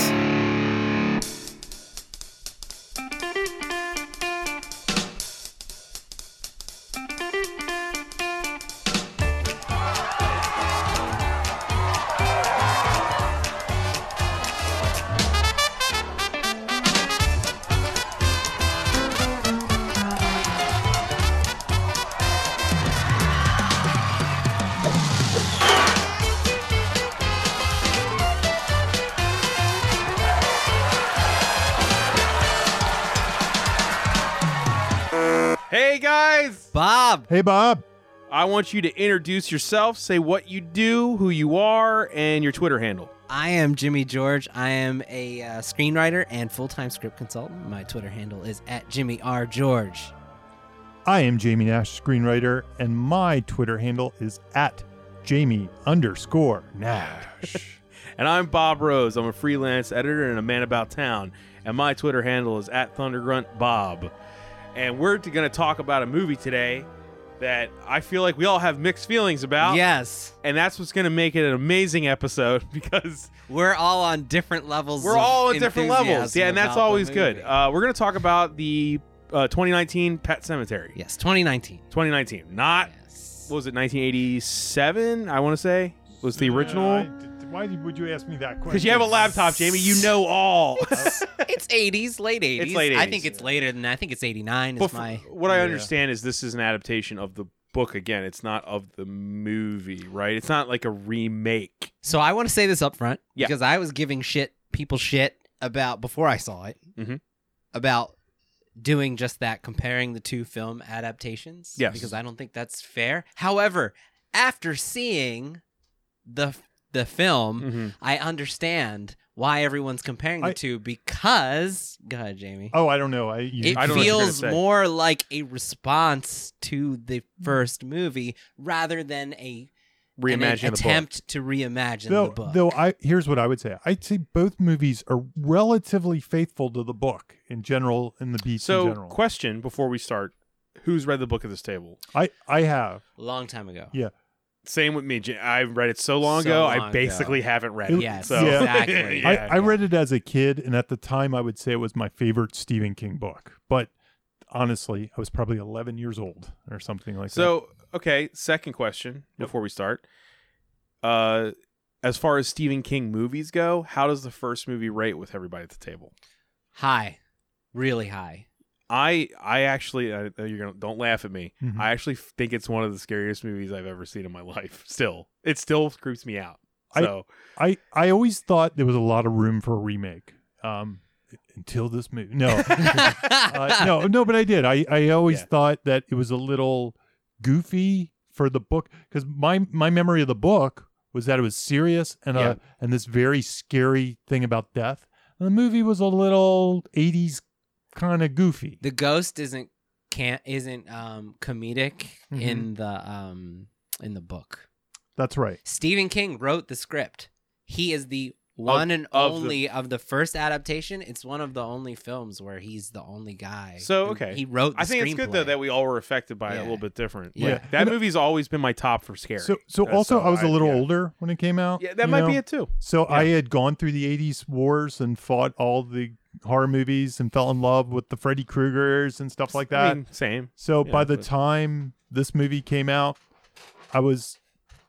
Thundergrunt. Hey guys, Bob. Hey, Bob. I want you to introduce yourself, say what you do, who you are, and your Twitter handle. I am Jimmy George. I am a uh, screenwriter and full time script consultant. My Twitter handle is at Jimmy R. George. I am Jamie Nash, screenwriter, and my Twitter handle is at Jamie underscore Nash. And I'm Bob Rose. I'm a freelance editor and a man about town. And my Twitter handle is at Thundergrunt Bob. And we're going to talk about a movie today that I feel like we all have mixed feelings about. Yes. And that's what's going to make it an amazing episode because We're all on different levels. we're of all at different levels. enthusiasm Yeah, and that's about the always good. movie. Uh, we're going to talk about the uh, 2019 Pet Cemetery. yes, 2019. 2019, not Yes. what was it 1987 i want to say was the original why would you ask me that question? because you have a laptop jamie you know all it's 80s, late 80s. late I 80s, think it's later than that. I think it's 89 is But f- my. what i understand is this is an adaptation of the book again it's not of the movie right it's not like a remake So I want to say this up front Yeah. because I was giving shit people shit about before I saw it Mhm. about doing just that, comparing the two film adaptations. Yes. because I don't think that's fair. However, after seeing the the Mm. film, Mm-hmm. I understand why everyone's comparing the I- two because go ahead, Jamie. Oh, I don't know. I, you, It I don't know what you're gonna feels say. more like a response to the first movie rather than a an reimagine the book attempt to reimagine though, the book. though I here's what I would say. I'd say both movies are relatively faithful to the book in general, in the beats in so general. question before we start who's read the book at this table I I have. long time ago. Yeah. same with me Ja- i read it so long So ago long i ago. basically haven't read it Yes, so exactly. yeah. I, I read it as a kid, and at the time, I would say it was my favorite Stephen King book. But honestly, I was probably 11 years old or something like that. So, okay, second question before we start. Uh as far as Stephen King movies go, how does the first movie rate with everybody at the table? High, really high. I I I actually I, you're gonna don't laugh at me. Mhm. I actually think it's one of the scariest movies I've ever seen in my life. Still, it still creeps me out. I- So I I always thought there was a lot of room for a remake. Um, until this movie, no, uh, no, no, but I did. I I always Yeah. thought that it was a little goofy for the book because my my memory of the book was that it was serious and Yeah. a and this very scary thing about death. And the movie was a little '80s kind of goofy. the ghost isn't can't isn't um comedic Mm-hmm. in the um in the book. That's right. Stephen King wrote the script. He is the one and of the- only of the first adaptation. It's one of the only films where he's the only guy. So, who- okay. he wrote. The I think it's good though screenplay. that we all were affected by it a Yeah. little bit different. Yeah. Like, that movie's always been my top for scary. So so Uh, also I was a a little yeah. older when it came out. Yeah, that you might know? be it too. So Yeah. I had gone through the 80s wars and fought all the horror movies and fell in love with the Freddy Kruegers and stuff like that. I mean, same. so yeah, by the but- time this movie came out, I was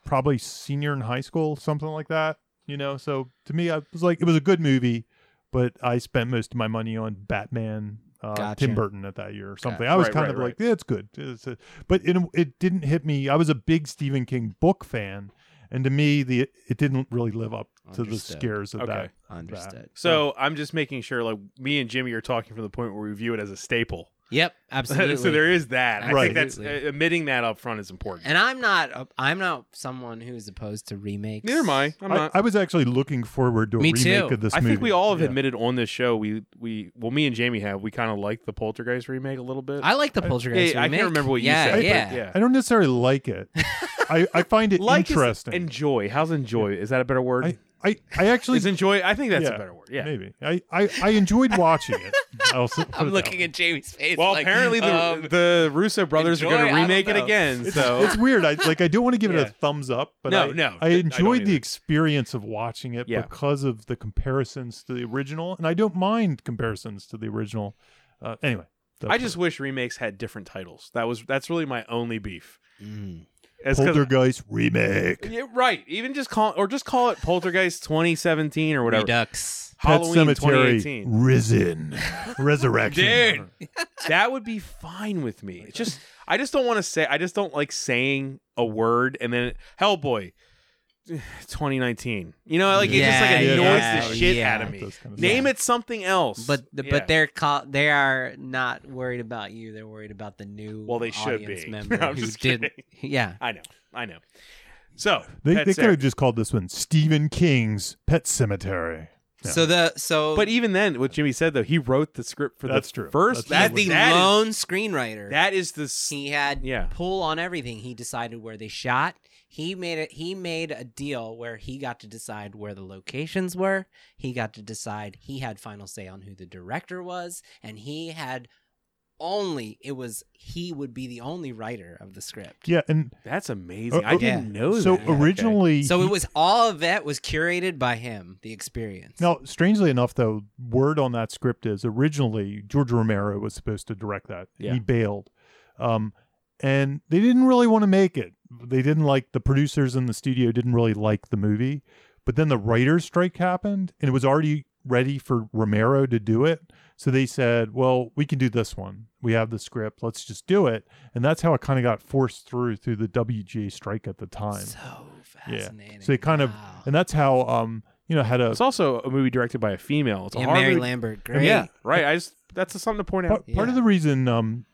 probably senior in high school, something like that, you know. So to me, I was like it was a good movie, but I spent most of my money on Batman uh, Gotcha. Tim Burton at that year or something. Gotcha. I was Right, kind right, of right. like, yeah, it's good. It's a- but it, it didn't hit me. I was a big Stephen King book fan, and to me, the it didn't really live up to the Understood. scares of Okay. that. understood. So I'm just making sure, like me and Jimmy are talking from the point where we view it as a staple. Yep, absolutely. so there is that. I think Right. that's Absolutely. uh, admitting that up front is important. and I'm not. I'm not someone who's opposed to remakes. Neither am I. I'm I, not. I, I was actually looking forward to a Me too. remake of this movie. think we all have Yeah. admitted on this show we we well me and Jamie have we kind of like the Poltergeist remake a little bit. I like the Poltergeist Yeah, I remake. can't remember what yeah, you said. Yeah, but yeah. I don't necessarily like it. I, I find it Like is interesting. enjoy. How's enjoy? Is that a better word? I, I, I actually Is enjoy. I think that's Yeah, a better word. Yeah. maybe I, I, I enjoyed watching it. I'll s- put it I'm that looking way. at Jamie's face. Well, like, apparently the um, the Russo brothers enjoy, are going I to don't remake it know. again. It's, So it's weird. I like. I don't want to give it Yeah. a thumbs up, but No, I, no, I I enjoyed don't the either. experience of watching it Yeah. because of the comparisons to the original, and I don't mind comparisons to the original. Uh, anyway, I just wish remakes had different titles. That was that's really my only beef. mm. As Poltergeist remake, yeah, right. Even just call or just call it Poltergeist 2017 or whatever. Redux. Pet Halloween Cemetery, 2018. Risen, Resurrection. That would be fine with me. It's just I just don't want to say I just don't like saying a word and then Hellboy 2019. You know, like it just like Yeah, annoys yeah, the shit yeah. out of me. Those kind of Name things. it something else. But the, Yeah. but they're call, they are not worried about you. They're worried about the new Well, they should audience be. member I'm who just didn't. Yeah, I know. I know. So, They, Pet they could Sematary. have just called this one Stephen King's Pet Cemetery. Yeah. So the so But even then, what Jimmy said though, he wrote the script for the That's true. first. That's that, he's the true. that is- lone screenwriter. that is the s- he had yeah. pull on everything. He decided where they shot. He made it. He made a deal where he got to decide where the locations were. He got to decide. He had final say on who the director was, and he had only it was he would be the only writer of the script. Yeah, and That's amazing. Uh, I uh, didn't know so that. originally, So he- it was all of that was curated by him. The experience. Now, strangely enough, though, word on that script is originally George Romero was supposed to direct that. Yeah. He bailed, um, and they didn't really want to make it. They didn't like the producers in the studio didn't really like the movie. But then the writers' strike happened, and it was already ready for Romero to do it. So they said, "Well, we can do this one. We have the script. Let's just do it." And that's how it kind of got forced through through the WGA strike at the time. so Yeah. fascinating. So they kind of, Wow. and that's how um, you know had a it's also a movie directed by a female. It's a yeah, hard Mary movie- Lambert. Great. Yeah, right. I just that's just something to point out. Part, part of Yeah. the reason um,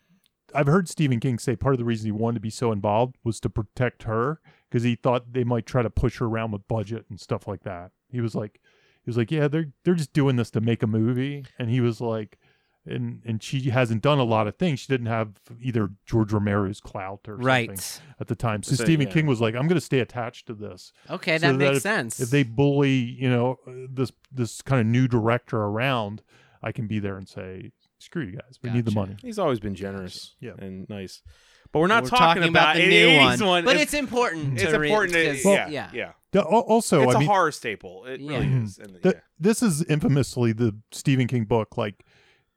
I've heard Stephen King say part of the reason he wanted to be so involved was to protect her because he thought they might try to push her around with budget and stuff like that. He was like, he was like, yeah, they're they're just doing this to make a movie, and he was like, and and she hasn't done a lot of things. She didn't have either George Romero's clout or something Right. at the time. So, So, Stephen yeah. King was like, I'm going to stay attached to this. Okay, So that that makes sense. If they bully, you know, uh, this this kind of new director around, I can be there and say, screw you guys, we need the Gotcha. money. He's always been generous Yeah. and nice. But we're not We're talking, about, the an new 80s one, but It's- it's important. it's to re- important. to- 'cause- yeah, yeah, yeah, The- al- also, It's I a mean, horror staple. It Yeah. really Mhm. is. And, the- yeah. this is infamously the Stephen King book, like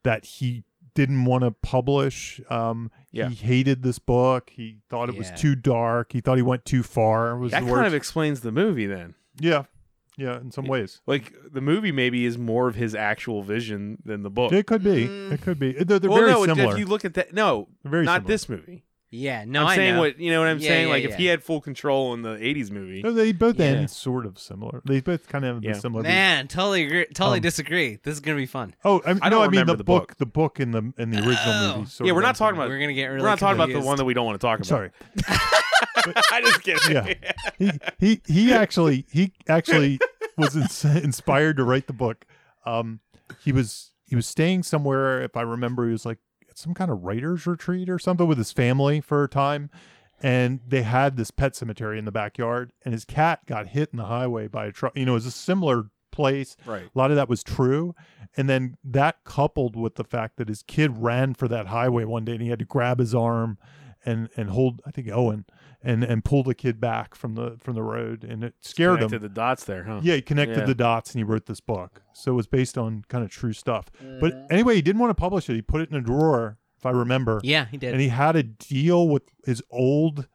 that he didn't want to publish. Um, Yeah. He hated this book. He thought it was Yeah. too dark. He thought he went too far. It was That the kind of worst. explains the movie then. yeah, yeah, in some ways. Like the movie maybe is more of his actual vision than the book. It could be. Mm. It could be. They're, they're well, very no, if- similar. if you look at that, no, They're very not similar. this movie. yeah. No, I'm I saying know. what you know what I'm Yeah, saying. yeah, like yeah. if he had full control in the '80s movie, No, they both Yeah. end sort of similar. They both kind of have Yeah. the similar. Man, totally, agree, totally Um, disagree. This is gonna be fun. Oh, I, mean, I no, don't I mean remember the, the book, book. The book in the in the original Oh. movie. sort yeah, of we're not ends talking similar. about. We're gonna get really. we're not talking about the confused. one that we don't want to talk about. Sorry. I just kidding. Yeah. he he he actually he actually was ins- inspired to write the book. Um, he was he was staying somewhere. If I remember, he was like at some kind of writers retreat or something with his family for a time, and they had this pet cemetery in the backyard, and his cat got hit in the highway by a truck. You know, it was a similar place. Right. A lot of that was true. And then that coupled with the fact that his kid ran for that highway one day and he had to grab his arm and and hold I think Owen and and pull the kid back from the from the road and it scared Connected him. the dots there, huh? yeah, he connected Yeah. the dots and he wrote this book. So it was based on kind of true stuff. But anyway, he didn't want to publish it. He put it in a drawer, if I remember. Yeah, he did. And he had a deal with his old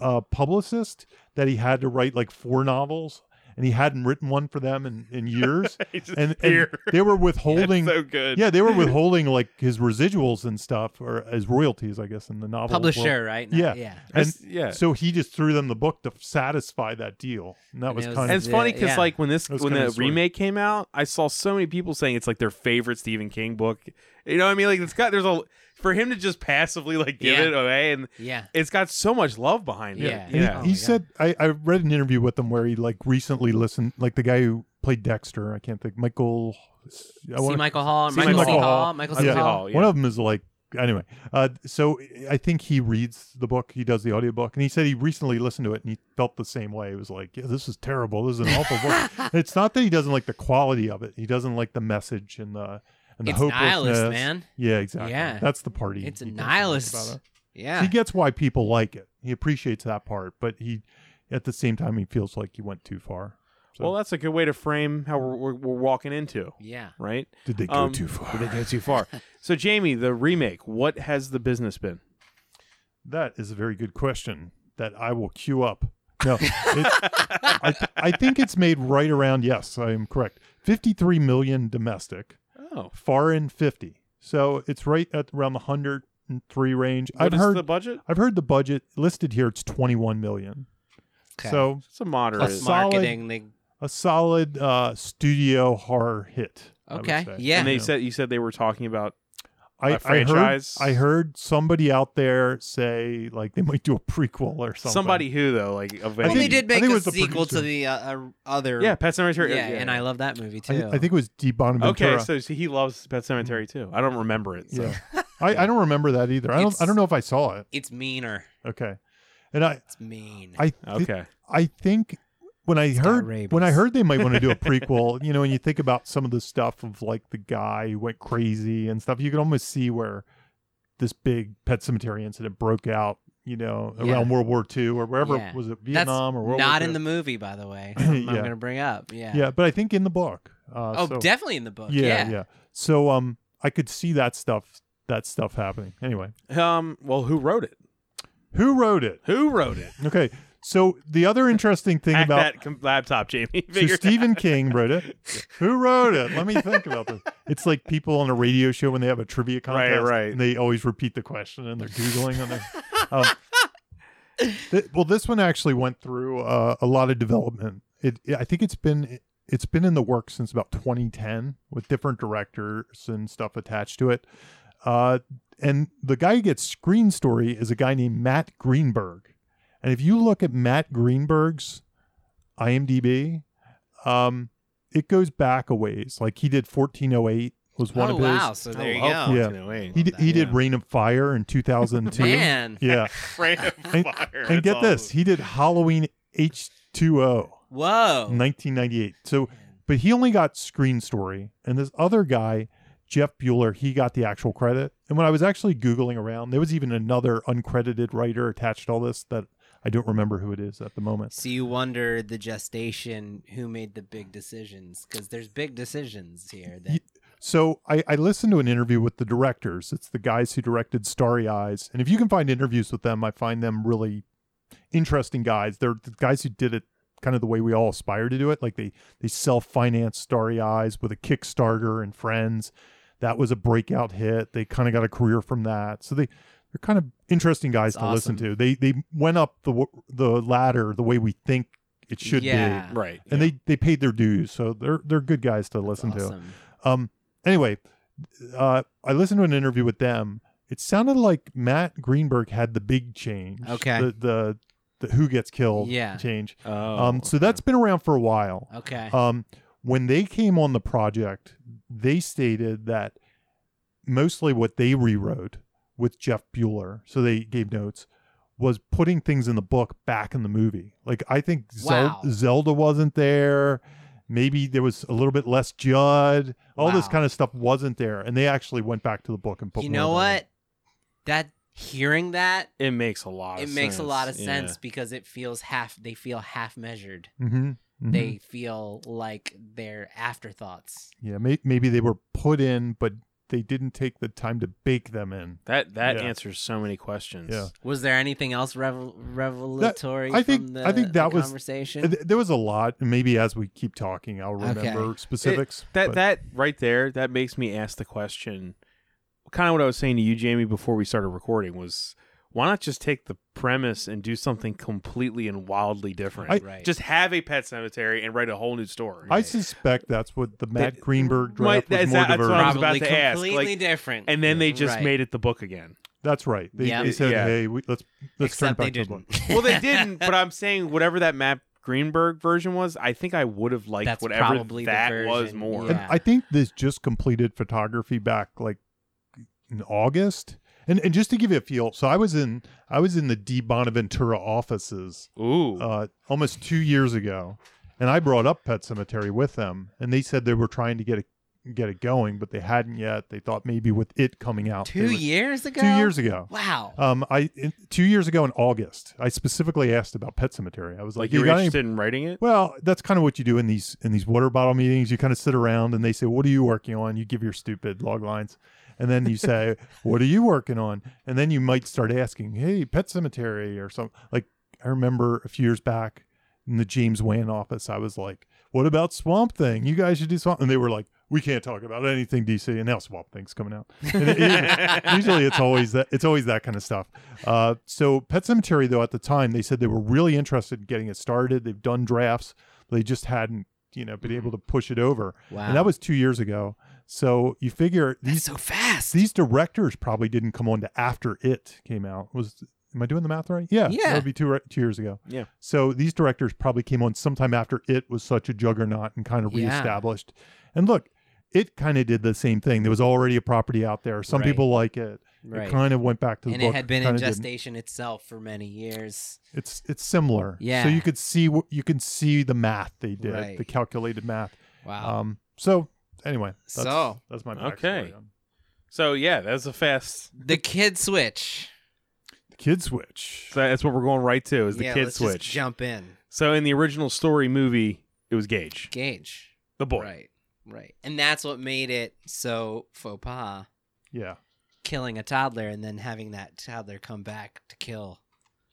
uh, publicist that he had to write like four novels and he hadn't written one for them in, in years It's just and, and here. they were withholding That's so good. yeah they were withholding like his residuals and stuff or as royalties i guess in the novel Publisher, world. right? Yeah. yeah. and That's- yeah. so he just threw them the book to satisfy that deal and that And was it was- kind and of it's funny Yeah, because yeah. like when this That was when kinda the the story. remake came out, I saw so many people saying it's like their favorite Stephen King book. You know what I mean? Like it's got there's a for him to just passively like give Yeah. it away, and Yeah. it's got so much love behind it. Yeah. And he- Oh he, my God. said I, I read an interview with him where he like recently listened like the guy who played dexter i can't think michael i See wanna- Michael Hall, See Michael C. Michael Hall, Hall. Michael Michael C. C. Hall. Hall, yeah. one of them is like anyway, uh, so I think he reads the book. He does the audiobook, and he said he recently listened to it and he felt the same way. He was like, "Yeah, this is terrible. This is an awful book." It's not that he doesn't like the quality of it. He doesn't like the message and the and the It's hopelessness. nihilist, man. Yeah, exactly. Yeah. that's the party. It's a he doesn't like nihilist. about it. He Yeah. gets why people like it. He appreciates that part, but he, at the same time, he feels like he went too far. So- Well, that's a good way to frame how we're, we're, we're walking into, Yeah. right? Did they go um, too far? Did they go too far? so, Jamie, the remake, what has the business been? That is a very good question that I will queue up. No, it, I, th- I think it's made right around, yes, I am correct. 53 million domestic, Oh, foreign 50. So it's right at around the 103 range. what I've is heard the budget? I've heard the budget listed here it's 21 million. Okay. So It's a moderate. plus solid- marketing. They, a solid uh, studio horror hit. I would Okay, say. yeah. and You they know. said you said they were talking about a I, I heard, franchise? I heard somebody out there say like they might do a prequel or something. somebody who though, like a I well, think- they did I make think it a was the sequel to producer. the uh, uh, other. yeah, Pet Cemetery. yeah, and I love that movie I, too. thi- I think it was D. Bonaventura. Okay, so see, he loves Pet Cemetery too. I don't remember it. So. Yeah. I, I don't remember that either. I don't I It's- don't know if I saw it. it's meaner. Okay. And I It's mean. I thi- Okay. I think when I got heard rabies. when I heard they might want to do a prequel, you know, and you think about some of the stuff of like the guy who went crazy and stuff, you can almost see where this big pet cemetery incident broke out, you know, around Yeah. World War II or wherever Yeah. was it That's Vietnam or World not War in the II? movie, by the way. something I'm Yeah. going to bring up. Yeah. Yeah, but I think in the book. Uh, Oh, so- definitely in the book. yeah, Yeah. yeah. So um I could see that stuff that stuff happening. Anyway, Um. Well, who wrote it? who wrote it? Who wrote it? Okay. So the other interesting thing Hack about that com- laptop, Jamie. so Figure it Stephen King wrote it. Who wrote it? Let me think about this. It's like people on a radio show when they have a trivia Right, contest, right. And they always repeat the question and they're googling on their. Um, th- well, this one actually went through uh, a lot of development. It, I think it's been it's been in the works since about 2010 with different directors and stuff attached to it. Uh, and the guy who gets Screen Story is a guy named Matt Greenberg. And if you look at Matt Greenberg's IMDb, um, it goes back a ways. Like he did 1408 was one Oh, of his. wow. So out. there you Oh, go. Yeah. fucking He wait. did, he did Yeah. Reign of Fire in 2002. Man. Yeah, Frame of fire. And- and That's get awesome. this, he did Halloween H2O. Whoa. 1998. So, but he only got Screen Story, and this other guy, Jeff Bueller, he got the actual credit. And when I was actually googling around, there was even another uncredited writer attached to all this that I don't remember who it is at the moment. So you wonder the gestation who made the big decisions because there's big decisions here. That Ye- So I, I listened to an interview with the directors. It's the guys who directed Starry Eyes, and if you can find interviews with them, I find them really interesting guys. They're the guys who did it kind of the way we all aspire to do it. Like they they self financed Starry Eyes with a Kickstarter and friends. That was a breakout hit. They kind of got a career from that. So they they're kind of interesting guys That's to listen awesome. to. They they went up the w- the ladder the way we think it should yeah, be. Right. And they, they paid their dues, so they're they're good guys to listen to. awesome. Um. Anyway, uh, I listened to an interview with them. It sounded like Matt Greenberg had the big change. Okay. The the, the who gets killed. Yeah. Change. Oh, um. So that's been around for a while. Okay. Um. When they came on the project, they stated that mostly what they rewrote with Jeff Bueller, so they gave notes, was putting things in the book back in the movie. Like I think Wow. Zel- Zelda wasn't there. Maybe there was a little bit less Judd. All this Wow. kind of stuff wasn't there, and they actually went back to the book and put. you more know of that in. what? That hearing that it makes a lot. it of makes a sense. lot of Yeah. sense because it feels half. They feel half measured. Mhm, mhm. They feel like they're afterthoughts. yeah, may- maybe they were put in, but they didn't take the time to bake them in. That that Yeah. answers so many questions. Yeah. Was there anything else revel- revelatory? I think- from the, I think that the was- conversation. Th- There was a lot, and maybe as we keep talking, I'll Okay. remember specifics. That but- that right there, that makes me ask the question. Kind of what I was saying to you, Jamie, before we started recording was, why not just take the premise and do something completely and wildly different? I- right. Just have a pet cemetery and write a whole new story. I suspect that's what the Matt That- Greenberg Right, draft was that's- more that's what diverse. I was probably about to ask, completely like- different. and then they just Right. made it the book again. That's right. They, Yeah. they said, Yeah. "Hey, we, let's let's Except turn they it back to the book." didn't. Well, they didn't, but I'm saying whatever that Matt Greenberg version was, I think I would have liked That's whatever probably the that was version, more. And Yeah. I think this just completed photography back like in August, And and just to give you a feel, so I was in I was in the D Bonaventura offices Ooh. uh, almost two years ago, and I brought up Pet Cemetery with them, and they said they were trying to get it get it going, but they hadn't yet. They thought maybe with it coming out they Two were- years ago. two years ago. Wow. Um, I in, two years ago in August, I specifically asked about Pet Cemetery. I was like, like you were got any interested in writing it? well, that's kind of what you do in these in these water bottle meetings. You kind of sit around and they say, "What are you working on?" You give your stupid log lines, and then you say, "What are you working on?" And then you might start asking, "Hey, Pet Cemetery or something." Like I remember a few years back in the James Wan office, I was like, "What about Swamp Thing? You guys should do Swamp." And they were like, "We can't talk about anything DC." And now Swamp Thing's coming out. And it- it- usually it's always that it's always that kind of stuff uh, so pet cemetery though at the time they said they were really interested in getting it started they've done drafts they just hadn't you know been able to push it over Mm-hmm. wow. and that was two years ago so you figure That's these so fast. these directors probably didn't come on to after it came out was am i doing the math right yeah Yeah. that would be two, re- two years ago Yeah. so these directors probably came on sometime after it was such a juggernaut and kind of Yeah. reestablished and look it kind of did the same thing there was already a property out there some Right. people like it right. it kind of went back to the and book. it had been in kinda didn't. gestation itself for many years. It's it's similar. Yeah. So you could see what you can see the math they did, Right. the calculated math. Wow. Um. So anyway, that's, So- that's my backstory Okay. on So yeah, that's a fast. the kid switch. the Kid Switch. So that's what we're going right to is the yeah, kid let's switch. Just jump in. So in the original story movie, it was Gage, Gage. the boy. Right. Right. And that's what made it so faux pas. yeah. killing a toddler and then having that toddler come back to kill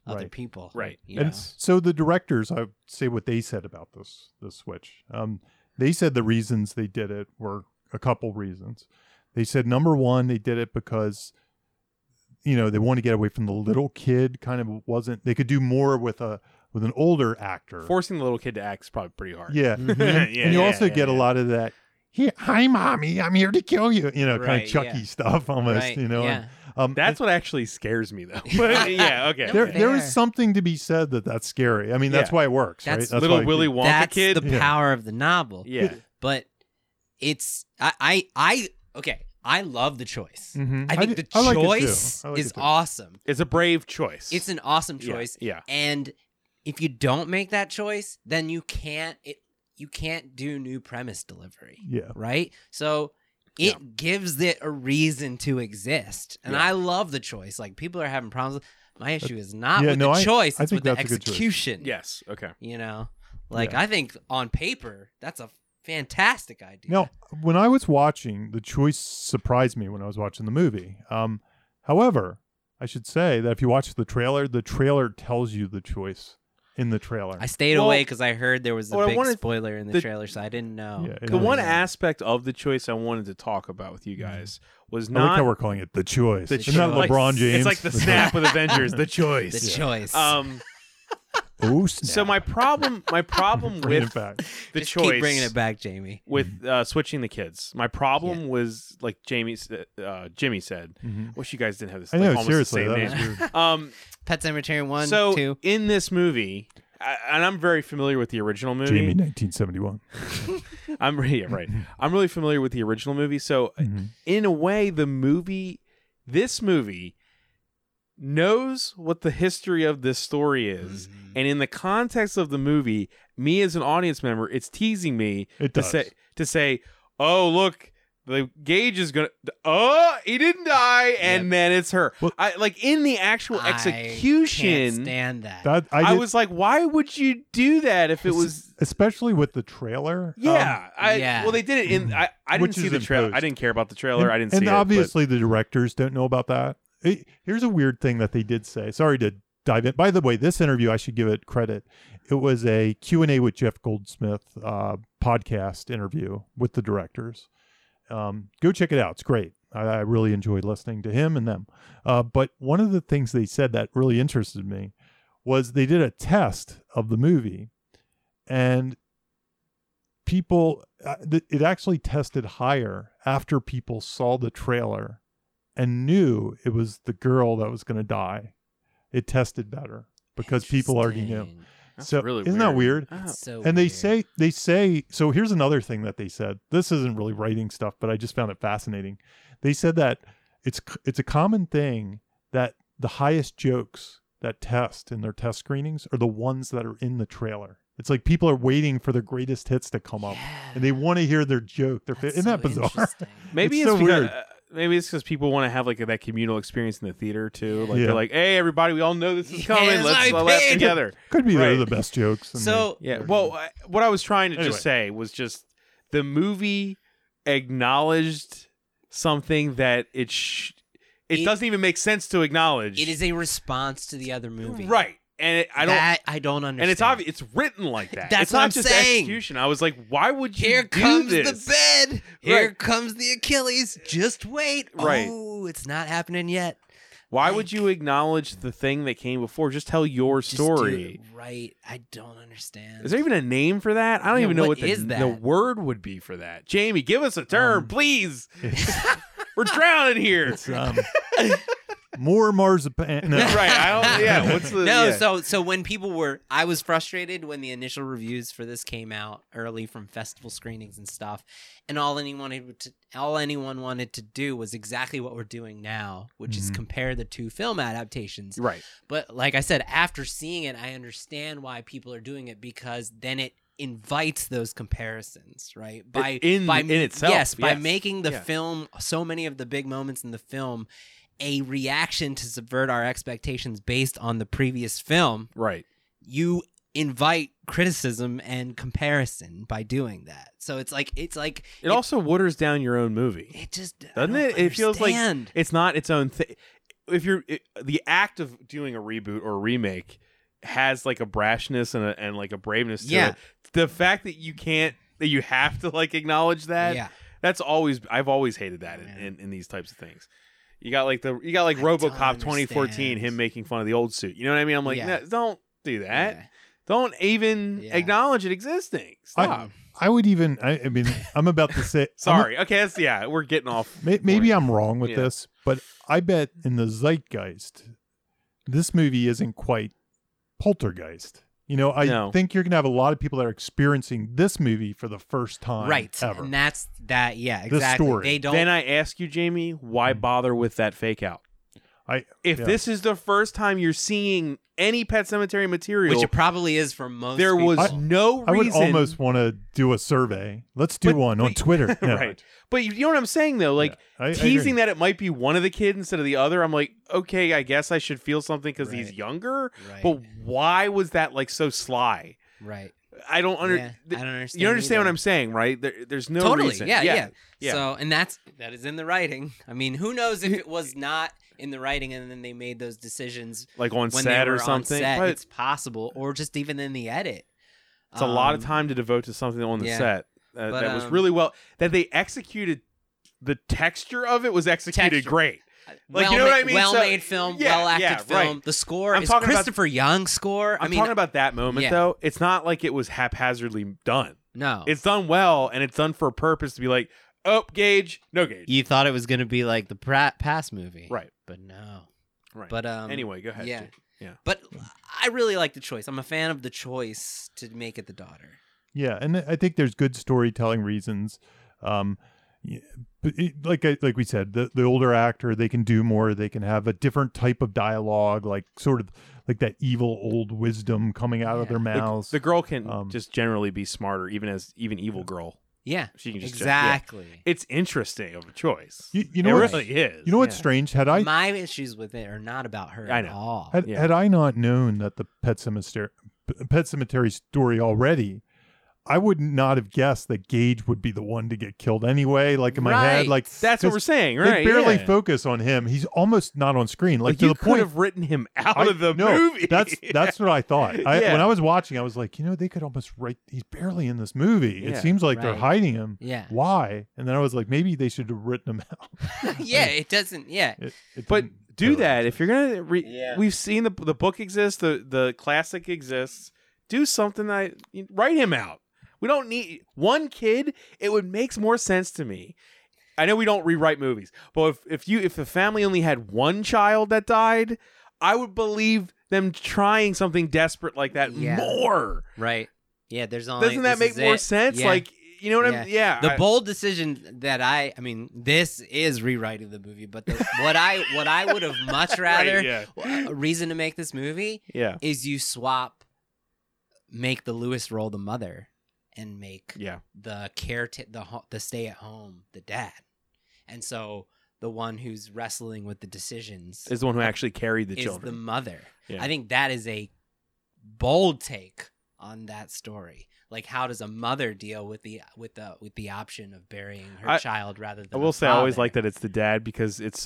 other Right. people. Right. You And know? so the directors, I would say what they said about this this switch. Um, they said the reasons they did it were a couple reasons. They said number one, they did it because you know they want to get away from the little kid. Kind of wasn't they could do more with a with an older actor. Forcing the little kid to act is probably pretty hard. yeah, Mhm. Mm-hmm. and, Yeah, and you yeah, also yeah, get a yeah. lot of that. Here, hi, mommy, I'm here to kill you. You know, kind Right, of Chucky yeah. stuff almost. Right, You know, Yeah. um, That's what actually scares me though. But yeah, okay. No, there, fair. there is something to be said that that's scary. I mean, that's Yeah. why it works, That's right? why Little it- Willy Wonka That's kid. the Yeah. power of the novel. yeah. But it's I I, I okay. I love the choice. Mhm. I think di- the I like it too. choice I like is it too. awesome. It's a brave choice. It's an awesome Yeah, choice. Yeah. And if you don't make that choice, then you can't it you can't do new premise delivery. Yeah. right? So Yeah. it gives it a reason to exist. And Yeah. I love the choice. Like people are having problems. with- My issue is not yeah, with no, the I- choice, I it's with think the that's a good choice. execution. Yes. Okay. You know? Like I think on paper, that's a fantastic idea. Now, when I was watching, the choice surprised me when I was watching the movie. Um, however, I should say that if you watch the trailer, the trailer tells you the choice in the trailer. I stayed Well, away because I heard there was a what I big wanted- spoiler in the, the- trailer, so I didn't know. Yeah, it The is. one aspect of the choice I wanted to talk about with Mm-hmm. you guys was I like not how we're calling it the choice. The It's not choice. LeBron James. It's like the snap with Avengers, the the choice. choice. Um oh, snap. so my problem my problem Bring it with back. the Just choice keep bringing it back, Jamie. Mm-hmm. with uh, switching the kids. My problem was like Jamie s- uh, Jimmy said, Mhm. wish you guys didn't have this I like, know, almost seriously. the same That name. was weird. Um Pet Cemetery one, so two. in this movie I, and I'm very familiar with the original movie. Jamie, 1971. I'm re- yeah, right. I'm really familiar with the original movie. So Mhm. in a way, the movie, this movie, knows what the history of this story is, Mm-hmm. and in the context of the movie, me as an audience member, it's teasing me It to does. say to say, "Oh, look." The gauge is gonna. Oh, he didn't die, and Yep. then it's her. Well- I like in the actual I can't execution. stand that. That I, I, did- was like, why would you do that if it was especially with the trailer. um, yeah, I Yeah. well they did it in I, I didn't Which see is the in trailer. I post. didn't care about the trailer. I didn't and see it. obviously the directors don't know about that. It- here's a weird thing that they did say. Sorry to dive in. By the way, this interview I should give it credit. It was a Q and A with Jeff Goldsmith uh, podcast interview with the directors. Um, go check it out. It's great. I, I really enjoyed listening to him and them. Uh, but one of the things they said that really interested me was they did a test of the movie, and people uh, th- it actually tested higher after people saw the trailer and knew it was the girl that was going to die it tested better because people already knew Interesting. That's so really isn't that weird Oh. That's so and they weird. say they say so here's another thing that they said this isn't really writing stuff but i just found it fascinating they said that it's c- it's a common thing that the highest jokes that test in their test screenings are the ones that are in the trailer. It's like people are waiting for the greatest hits to come up, and they want to hear their joke. Their fa- That's isn't that so bizarre? interesting. Maybe it's, It's so because, weird. uh, maybe it's because people want to have like that communal experience in the theater too. Like Yeah. they're like, "Hey, everybody, we all know this is Yeah, coming. that's Let's why all we laugh paid." together." Could be they're Right. the best jokes. and So they- Yeah. they're- Well, I, what I was trying to Anyway. just say was just the movie acknowledged something that it sh- it, It- doesn't even make sense to acknowledge. it is a response to the other movie, right, and it, I don't. That I don't understand. and it's obvious. It's written like that. That's it's what not I'm just saying. execution. I was like, why would you Here do comes this? the bed. Here Right. comes the Achilles. Just wait. Right. Oh, it's not happening yet. Why would you acknowledge the thing that came before? Just tell your Just do story. it right. I don't understand. Is there even a name for that? I don't Yeah, even know what what, the, is that? the word would be for that. Jamie, give us a term, Um, please. We're drowning here. It's um, more marzipan. No. right. I don't. Yeah. What's the? no, yeah. so so when people were, I was frustrated when the initial reviews for this came out early from festival screenings and stuff, and all anyone had to, all anyone wanted to do was exactly what we're doing now, which is Mhm. compare the two film adaptations. right. But like I said, after seeing it, I understand why people are doing it because then it invites those comparisons, right? By in- by in itself, yes, by yes. making the Yeah. film so many of the big moments in the film a reaction to subvert our expectations based on the previous film. Right. You invite criticism and comparison by doing that. So it's like it's like It, also waters down your own movie. it just I Doesn't don't it? It feels like- understand. It's not its own thing. If you're it, the act of doing a reboot or remake has like a brashness and a, and like a braveness to Yeah. it. The fact that you can't that you have to like acknowledge that. yeah. That's always I've always hated that in, Yeah. in, in these types of things. You got like the you got like I don't RoboCop 2014 understand. him making fun of the old suit. You know what I mean? I'm like, Yeah. no, don't do that. yeah. Don't even Yeah. acknowledge it existing. Stop. I would even. I, I mean, I'm about to say. I'm- Sorry. okay, that's yeah, we're getting off. may, maybe I'm wrong with Yeah. this, but I bet in the zeitgeist, this movie isn't quite poltergeist. You know, I No. think you're gonna have a lot of people that are experiencing this movie for the first time, Right. Ever. And that's that yeah, The exactly. story. They don't Then I ask you, Jamie, why bother with that fake out? Hmm. I- if yeah. this is the first time you're seeing any Pet Cemetery material, Which it probably is for most. there was people. no I would reason. almost want to do a survey. Let's do But- one on but- Twitter. No. right. But you you know what I'm saying though, like. Yeah. I- I agree. teasing that it might be one of the kids instead of the other, I'm like, okay, I guess I should feel something because he's Right. younger. right, But why was that like so sly? right. I don't under. yeah, I th- don't understand. you understand what either. I'm saying, right? There, there's no totally. reason. Yeah, yeah, yeah. So, and that's that is in the writing. I mean, who knows if it was not in the writing, and then they made those decisions Like on when set they were or something. On set. But It's possible, or just even in the edit. it's a lot of Um, time to devote to something on the yeah. set uh, But, that was um, really well that they executed. The texture of it was executed Texture. great. Like, well, you know what I mean? So- Well made film, yeah, well acted yeah, right. film. The score I'm is talking about- Christopher Young score. I'm I mean, talking about that moment yeah. Oh. though. It's not like it was haphazardly done. no. It's done well and it's done for a purpose to be like, oh, gauge, no gauge. you thought it was going to be like the Pratt Pass movie, Right. But no. Right. But um, anyway, go ahead. yeah. Jake. But I really like the choice. I'm a fan of the choice to make it the daughter. Yeah, and I think there's good storytelling reasons. Um, y- but it, like I, like we said, the, the older actor they can do more. They can have a different type of dialogue, like sort of like that evil old wisdom coming out of their Like, mouths. the girl can Um, just generally be smarter, even as even evil girl. Yeah, She can just exactly. yeah. It's interesting of a choice. you, you know it what, really is. you know what's Yeah. strange? Had I My issues with it are not about her I at know. all. had, Yeah. had I not known that the pet cemetery pet cemetery story already. I would not have guessed that Gage would be the one to get killed anyway. Like in my head, Right. like That's what 'cause we're saying, they right? barely yeah. focus on him. He's almost not on screen. Like, Like, to you the could point have written him out I- of the no, movie. That's that's what I thought. I, Yeah. When I was watching, I was like, you know, they could almost write. He's barely in this movie. Yeah, it seems like they're right. hiding him. yeah, Why? And then I was like, maybe they should have written him out. yeah. It doesn't. Yeah, It, it but didn't do go. that if you're gonna. Re- Yeah. We've seen the the book exists. The the classic exists. Do something. I write him out. We don't need one kid. It would makes more sense to me. I know we don't rewrite movies, but if if you if the family only had one child that died, I would believe them trying something desperate like that Yeah. more. right. Yeah, there's only. Doesn't that make this is more it. sense? Yeah. Like you know what Yeah. I'm? Yeah, the I- bold decision that I I mean this is rewriting the movie, but the, what I what I would have much right, rather yeah, a reason to make this movie yeah, is you swap make the Lewis role the mother and make yeah. the care the ho- the stay at home the dad. And so the one who's wrestling with the decisions Is the one who actually carried the is children. the mother. Yeah. I think that is a bold take on that story. Like, how does a mother deal with the with the with the option of burying her I- child rather than? I her will say I always father? like that it's the dad because it's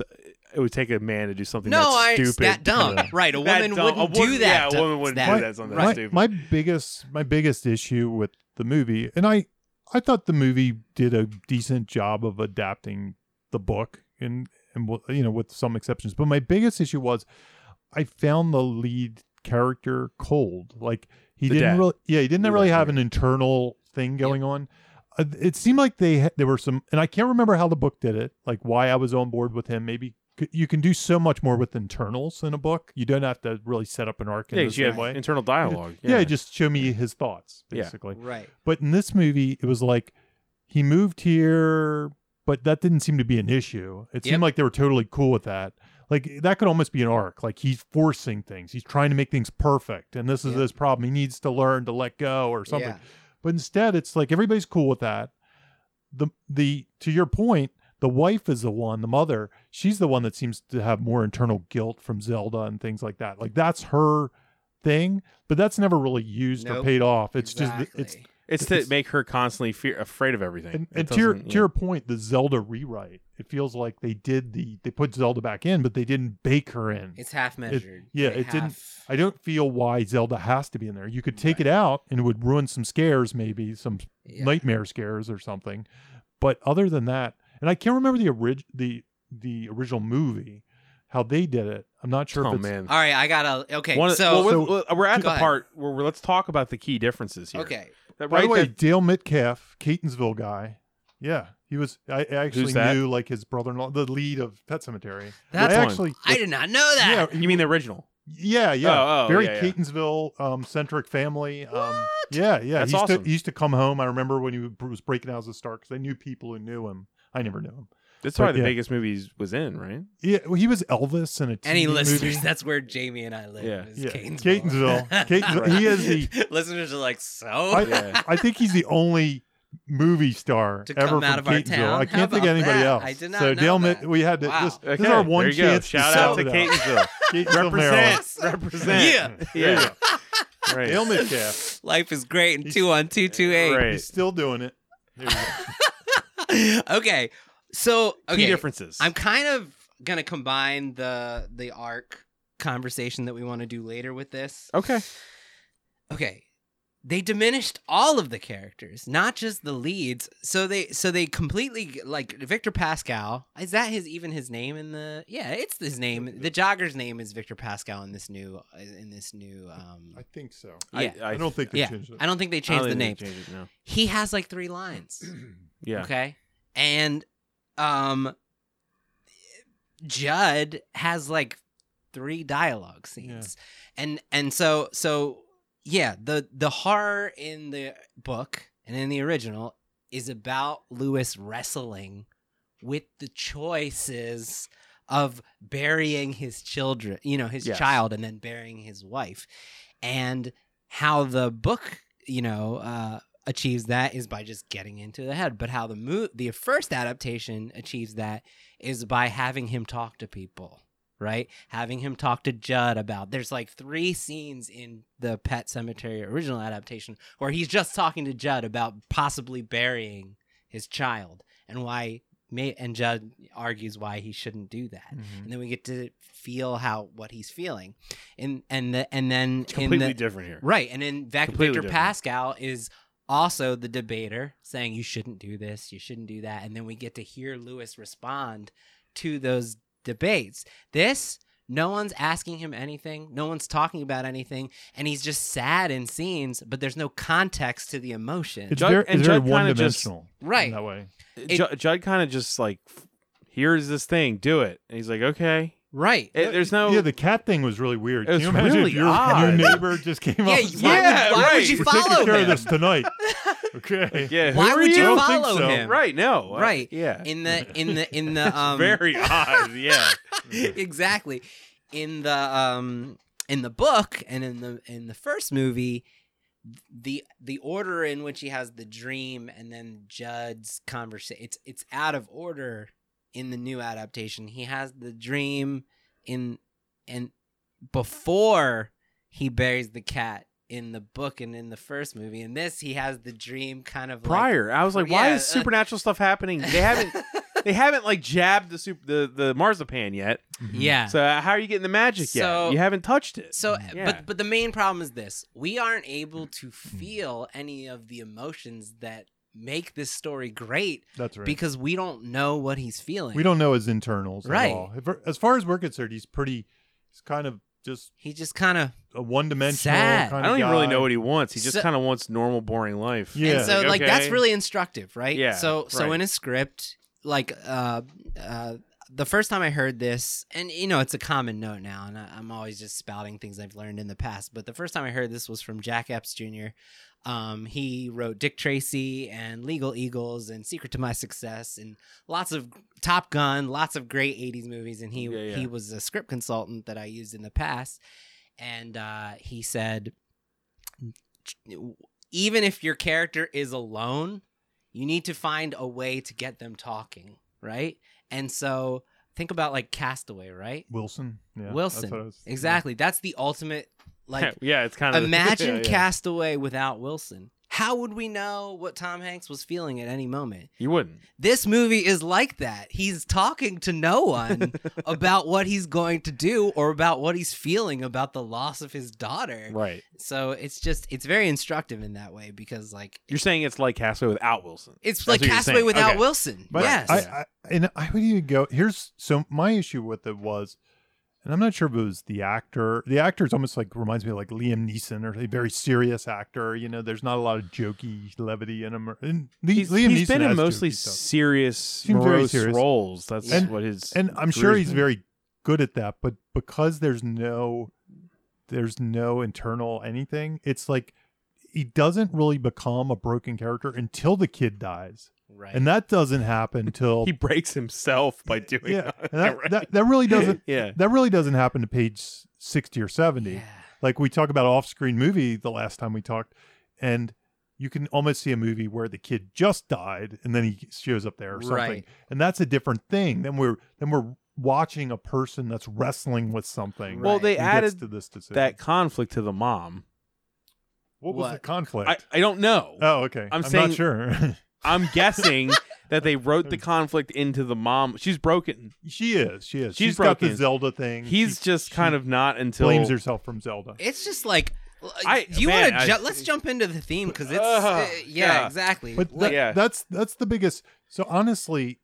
it would take a man to do something No, that's I, stupid. it's that dumb. Right, a That woman dumb. wouldn't A woman- do that. yeah, a to- woman wouldn't do that. that. That's not that my, stupid. my biggest my biggest issue with the movie and i i thought the movie did a decent job of adapting the book and and wha- you know with some exceptions but my biggest issue was i found the lead character cold like he The didn't dad. really yeah he didn't Yeah, really that's have weird. an internal thing going on Uh, it seemed like they ha- there were some and i can't remember how the book did it like why i was on board with him maybe c- you can do so much more with internals in a book. You don't have to really set up an arc in yeah, the 'cause you same have way internal dialogue. yeah, just show me his thoughts Yeah. basically Right. but in this movie it was like he moved here but that didn't seem to be an issue it Yep. seemed like they were totally cool with that like that could almost be an arc like he's forcing things he's trying to make things perfect and this is Yep. his problem he needs to learn to let go or something Yeah. but instead, it's like everybody's cool with that. The the to your point, the wife is the one, the mother. She's the one that seems to have more internal guilt from Zelda and things like that. Like that's her thing, but that's never really used or Nope. paid off. It's exactly. just it's it's to It's- make her constantly fear, afraid of everything. and, It and to your doesn't- to your point, the Zelda rewrite. It feels like they did the they put Zelda back in, but they didn't bake her in. it's half measured. yeah, They it didn't- half- I don't feel why Zelda has to be in there. You could take it out and it would ruin some scares, maybe some yeah. nightmare scares or something. But other than that, and I can't remember the orig- the the original movie, how they did it. I'm not sure oh if it's man. All right, I gotta. Okay, One of- so well, we're, we're at Go the ahead. part where we're, let's talk about the key differences here. okay, That, By right the way, that- Dale Metcalf, Catonsville guy. Yeah, he was. I, I actually that? knew like his brother-in-law, the lead of Pet Cemetery. That's I one. actually. I did not know that. yeah, you mean the original? yeah, yeah. Oh, oh, Very yeah, yeah. Catonsville um, centric family. Um, yeah, yeah. That's he used awesome. To, he used to come home. I remember when he was breaking out as a star because I knew people who knew him. I never knew him. That's But, probably the yeah. biggest movies was in, right? Yeah, well, he was Elvis in a TV Any listeners? movie. That's where Jamie and I live. Yeah. is Yeah. Catonsville. Catonsville. Catonsville. He is listeners are like so. I, Yeah. I think he's the only movie star To ever come from out of our Catonsville. town? I How can't about think of anybody that? else. I did not so know Dale, that. Met- we had to. Wow. This, Okay, this is our one there you chance. Go. to Shout sell out to it Catonsville. Catonsville, Maryland. Represent. Represent. Yeah. Yeah. Right. Dale Metcalf. Life is great in He's- two one two two eight. Right. He's still doing it. There you go. Okay, so okay, Key differences. I'm kind of gonna combine the the arc conversation that we want to do later with this. okay. Okay, they diminished all of the characters, not just the leads. So they so they completely like Victor Pascal. Is that his even his name in the? Yeah, it's his name. The jogger's name is Victor Pascal in this new uh, in this new. Um, I think so. yeah, I, don't think they yeah. changed it. I don't think they changed the name. Change it, no. He has like three lines. Yeah. Okay. And um Judd has like three dialogue scenes. And and so so yeah, the the horror in the book and in the original is about Lewis wrestling with the choices of burying his children, you know, his Yes. child and then burying his wife. And how the book, you know, uh, achieves that is by just getting into the head. But how the mo- the first adaptation achieves that is by having him talk to people, right? Having him talk to Judd about there's like three scenes in the Pet Cemetery original adaptation where he's just talking to Judd about possibly burying his child and why may and Judd argues why he shouldn't do that. Mm-hmm. Mhm. And then we get to feel how what he's feeling. And and the, and then It's in completely the, different here. Right. And then Vac- Completely Victor different. Pascal is also the debater saying you shouldn't do this, you shouldn't do that. And then we get to hear Lewis respond to those debates. This, no one's asking him anything, no one's talking about anything, and he's just sad in scenes, but there's no context to the emotion. It's Judd- very, and it's very Judd kinda just- one-dimensional. in Right. That way. Ju- Judd kind of just like, f- here's this thing, do it, and he's like, okay. right. It- there's no. Yeah, the cat thing was really weird. It was Can you imagine really if your, odd. your neighbor just came yeah, up? you- and why, said, Yeah, would, why right. would you We're taking follow care of him? this tonight. Okay. Yeah, who Why are would you, I don't think follow so. him? Right, no. I- Right. yeah. In the in the in the um Very odd, yeah. exactly in the um in the book and in the in the first movie the the order in which he has the dream and then Judd's conversation it's it's out of order in the new adaptation he has the dream in and before he buries the cat in the book and in the first movie in this he has the dream kind of like- Prior, I was like, why Yeah, is uh, supernatural stuff happening? They haven't they haven't like jabbed the soup the, the marzipan yet. Mm-hmm. yeah So uh, how are you getting the magic So- yet? You haven't touched it. So, uh, Yeah. but but the main problem is this: we aren't able to feel any of the emotions that make this story great That's right. because we don't know what he's feeling. we don't know his internals Right. at all. If- As far as we're concerned, he's pretty. He's kind of just He just kind of a one-dimensional Sad. kind I of. don't even really guy. know what he wants. He just So- kind of wants normal, boring life. Yeah. and so Like, like that's okay. really instructive, right? Yeah, So so right. in a script, like uh uh. The first time I heard this, and you know, it's a common note now, and I, I'm always just spouting things I've learned in the past. But the first time I heard this was from Jack Epps Jr., Um, he wrote Dick Tracy and Legal Eagles and Secret to My Success and lots of Top Gun, lots of great '80s movies. And he Yeah, yeah. he was a script consultant that I used in the past, and uh, he said, even if your character is alone, you need to find a way to get them talking, right? And so think about like Castaway, right? Wilson. Yeah, that's Wilson, what I was- exactly. That's the ultimate like yeah, it's kind of Imagine yeah, yeah. Castaway without Wilson. How would we know what Tom Hanks was feeling at any moment? You wouldn't. This movie is like that. He's talking to no one about what he's going to do or about what he's feeling about the loss of his Eh. daughter. Right. So it's just it's very instructive in that way because like You're saying it's like Castaway without Wilson. it's That's like what you're Castaway saying. without Okay. Wilson. But yes. I, I and I would even go here's so my issue with it was and I'm not sure if it was the actor. The actor's almost like reminds me of like Liam Neeson or a very serious actor. You know, there's not a lot of jokey levity in him. Or, and Le- He's, Liam he's Neeson been in has mostly jokey stuff. serious, very morose serious. roles. That's And- what his. and I'm career's sure he's been. very good at that. But because there's no there's no internal anything, it's like he doesn't really become a broken character until the kid dies, right. and that doesn't happen till He breaks himself by doing yeah, that. and that, right? that, that really doesn't yeah. that really doesn't happen to page 60 or 70 yeah. like we talked about off-screen movie the last time we talked and you can almost see a movie where the kid just died and then he shows up there or something Right. and that's a different thing then we're then we're watching a person that's wrestling with something Well, Right. they who gets added to this decision that conflict to the mom. what was the What? conflict I, I don't know. oh okay I'm not saying- sure Uh, I'm guessing that they wrote the conflict into the mom. She's broken. she is she is She's she's got the broken. zelda thing He's she just kind of not until blames herself from zelda It's just like l- I- do you man, want to I- ju- let's jump into the theme because it's Ugh, uh, yeah, yeah. exactly. But Let- that- Yeah. that's that's the biggest. So honestly,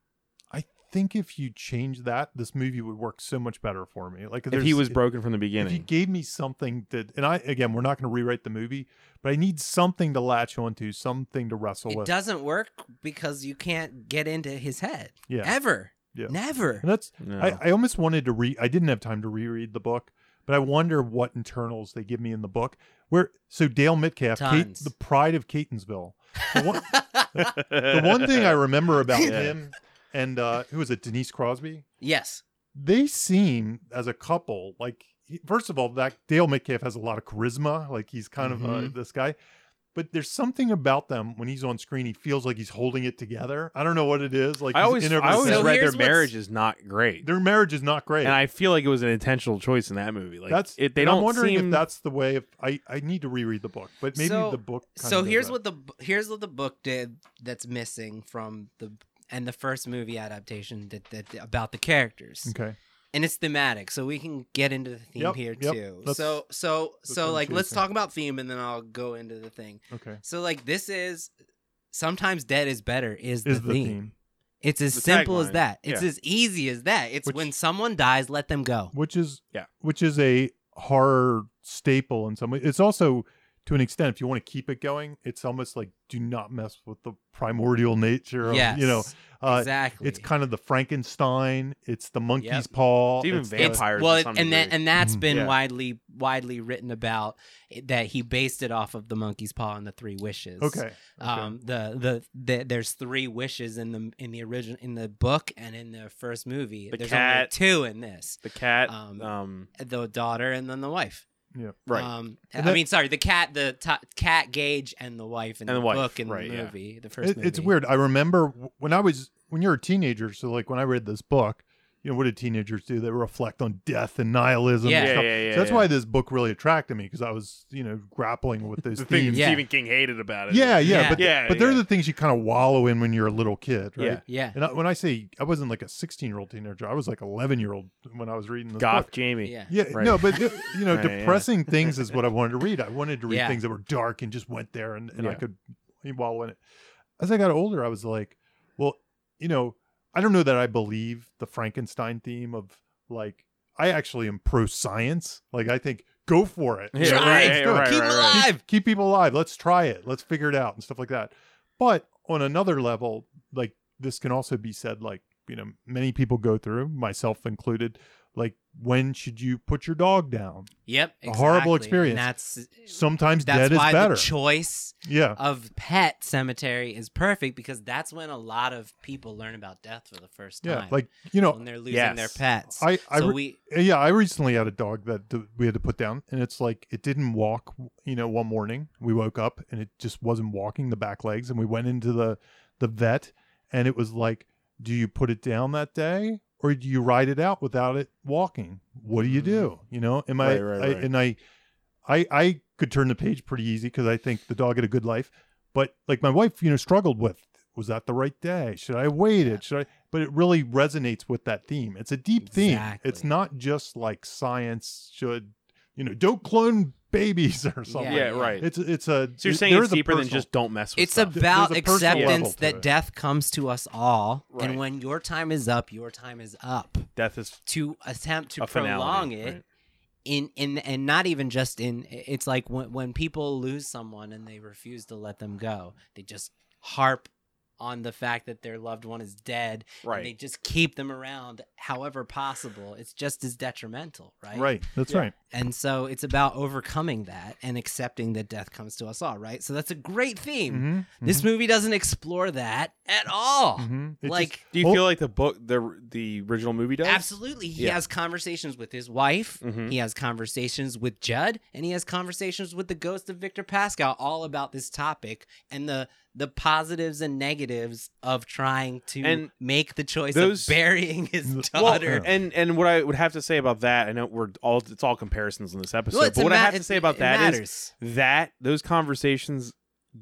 I think if you change that, this movie would work so much better for me. Like if he there's- was broken from the if you beginning. gave me something that, and I again, we're not going to rewrite the movie, but I need something to latch onto, something to wrestle it with. doesn't work because you can't get into his head Yeah. ever Yeah. never And that's No. I, I almost wanted to re. I didn't have time to reread the book, but I wonder what internals they give me in the book. Where so Dale Metcalf, Kate, Tons. the pride of Catonsville. The one, the one thing I remember about Yeah. him and uh, who was it, Denise Crosby? yes they seem as a couple like he- first of all that dale metcalf has a lot of charisma like he's kind of uh, Mhm. this guy but there's something about them when he's on screen he feels like he's holding it together i don't know what it is like I he's always, in over I his always head. So read their here's what's- marriage is not great, their marriage is not great and I feel like it was an intentional choice in that movie. Like that's it, they and don't i'm wondering seem if that's the way if i i need to reread the book but maybe So- the book kind so of does here's that. what the b- here's what the book did that's missing from the and the first movie adaptation that, that about the characters okay and it's thematic so we can get into the theme Yep, here yep. too Let's- so so let's so go like into let's the- talk about theme and then i'll go into the thing okay so like this is sometimes dead is better is, is the, theme. it's as The simple as tagline, that it's yeah. as easy as that it's Which- when someone dies let them go which is Yeah. which is a horror staple in some way. It's also to an extent, if you want to keep it going, it's almost like do not mess with the primordial nature of yes. you know. Uh, exactly. It's kind of the Frankenstein. It's the monkey's Yep. paw. It's even the- vampire vampires to well, some and that degree. and that's Mhm. been Yeah. widely widely written about it- that he based it off of the monkey's paw and the three wishes. Okay. Um. The, the the there's three wishes in the in the original in the book and in the first movie. The there's cat. only two in this. The cat. Um, Um, The daughter and then the wife. right. Um, And I that- mean, sorry, the cat, the t- cat Gage, and the wife, and, And the, the wife, book, and right, the yeah. movie, the first. It, it's movie. weird. I remember w- when I was when you're a teenager. So like when I read this book, you know what did teenagers do? They reflect on death and nihilism. Yeah. and yeah, stuff. yeah, yeah, so that's yeah. why this book really attracted me because I was you know grappling with those the thing themes. that Yeah. Stephen King hated about it. Yeah, yeah, Yeah. but Yeah, but they're yeah. the things you kind of wallow in when you're a little kid, right? Yeah. Yeah, And I, when I say I wasn't like a 16 year old teenager, I was like 11 year old when I was reading this Goth book. Jamie. yeah, Yeah, Right. no, but th- you know, Right, yeah. depressing things is what I wanted to read. I wanted to read Yeah. things that were dark and just went there, and, and I Yeah. could wallow in it. As I got older, I was like, well, you know, I don't know that I believe the Frankenstein theme of like I actually am pro science. Like I think go for it, Yeah, Try right, it, yeah, do it. right, keep right, it right. alive. keep, keep people alive. Let's try it. Let's figure it out and stuff like that. But on another level, like this can also be said, like, you know, many people go through, myself included, like, when should you put your dog down? Yep, exactly. A horrible and experience. that's Sometimes that's dead is why better. the choice yeah. of pet cemetery is perfect because that's when a lot of people learn about death for the first Yeah. time. Like, you know, when they're losing yes. their pets. I, I, so re- we yeah, I recently had a dog that th- we had to put down, and it's like it didn't walk. You know, one morning we woke up and it just wasn't walking the back legs, and we went into the the vet, and it was like, do you put it down that day, or do you ride it out without it walking? What do you do? You know, am I, Mm-hmm. Right, right, I right. and I, I I could turn the page pretty easy because I think the dog had a good life, but like my wife, you know, struggled with was that the right day? Should I wait Yeah. it? Should I? But it really resonates with that theme. It's a deep theme. It's Exactly. not just like science should, you know, don't clone babies or something. Yeah, right. It's it's a. So you're it- saying there it's is a deeper than personal- just don't mess with It's stuff. there's about a personal level acceptance to that it. death comes to us all, Right. and when your time is up, your time is up. death is to attempt to A finality, prolong it right. in in and not even just in it's like when when people lose someone and they refuse to let them go they just harp on the fact that their loved one is dead and they right. just keep them around however possible it's just as detrimental right Right. That's Yeah. right. and so it's about overcoming that and accepting that death comes to us all right so that's a great theme Mm-hmm. this movie doesn't explore that at all like Do you Oh. feel like the book, the the original movie does? Absolutely. He Yeah. has conversations with his wife. Mhm. He has conversations with Judd and he has conversations with the ghost of Victor Pascal all about this topic and the the positives and negatives of trying to And make the choice those- of burying his Well, daughter. Yeah. And and what I would have to say about that, I know we're all it's all comparisons in this episode, Well, it's but a what I ma- have to say about it that is matters. that those conversations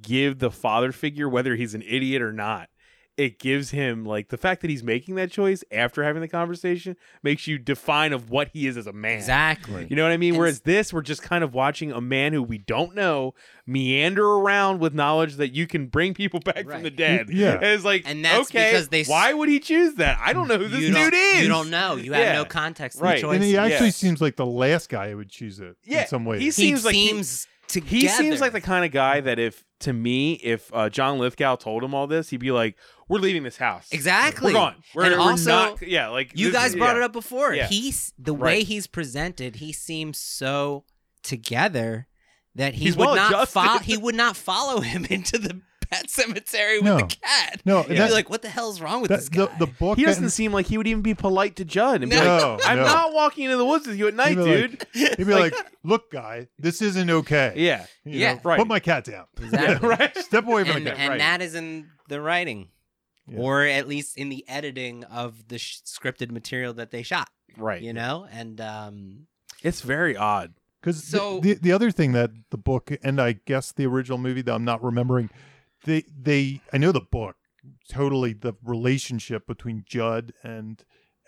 give the father figure, whether he's an idiot or not, it gives him like the fact that he's making that choice after having the conversation makes you define of what he is as a man. exactly. You know what I mean? And Whereas this, we're just kind of watching a man who we don't know meander around with knowledge that you can bring people back from Right. the dead. Y- yeah. And it's like, And that's okay, because they s- why would he choose that? I don't know who this you dude don't, is. You don't know. You have Yeah. no context for Right. the And choice. And he actually Yeah. seems like the last guy who would choose it Yeah, in some ways. he's- he seems seems, like he- He together. seems like the kind of guy that if, to me, if uh, John Lithgow told him all this, he'd be like, we're leaving this house. Exactly. We're gone. We're, And we're also, not, yeah, like You this- guys brought yeah. it up before. Yeah. He's the way Right. he's presented. He seems so together that he He's would not well-adjusted. follow. He would not follow him into the pet cemetery with No. the cat. no, He'd that- be like, "What the hell's wrong with that- this guy?" the, the book. He doesn't and- seem like he would even be polite to Judd and be No. like, no, I'm no. not walking into the woods with you at night, He'd be like- dude. He'd be like, look, guy, this isn't okay. yeah. You Yeah. know, Right. Put my cat down. Exactly. Right. Step away from and, the cat. and right. that is in the writing, Yeah. or at least in the editing of the sh- scripted material that they shot. Right. You know, and um, It's very odd. Because So- the, the other thing that the book and I guess the original movie that I'm not remembering, they they I know the book totally the relationship between Judd and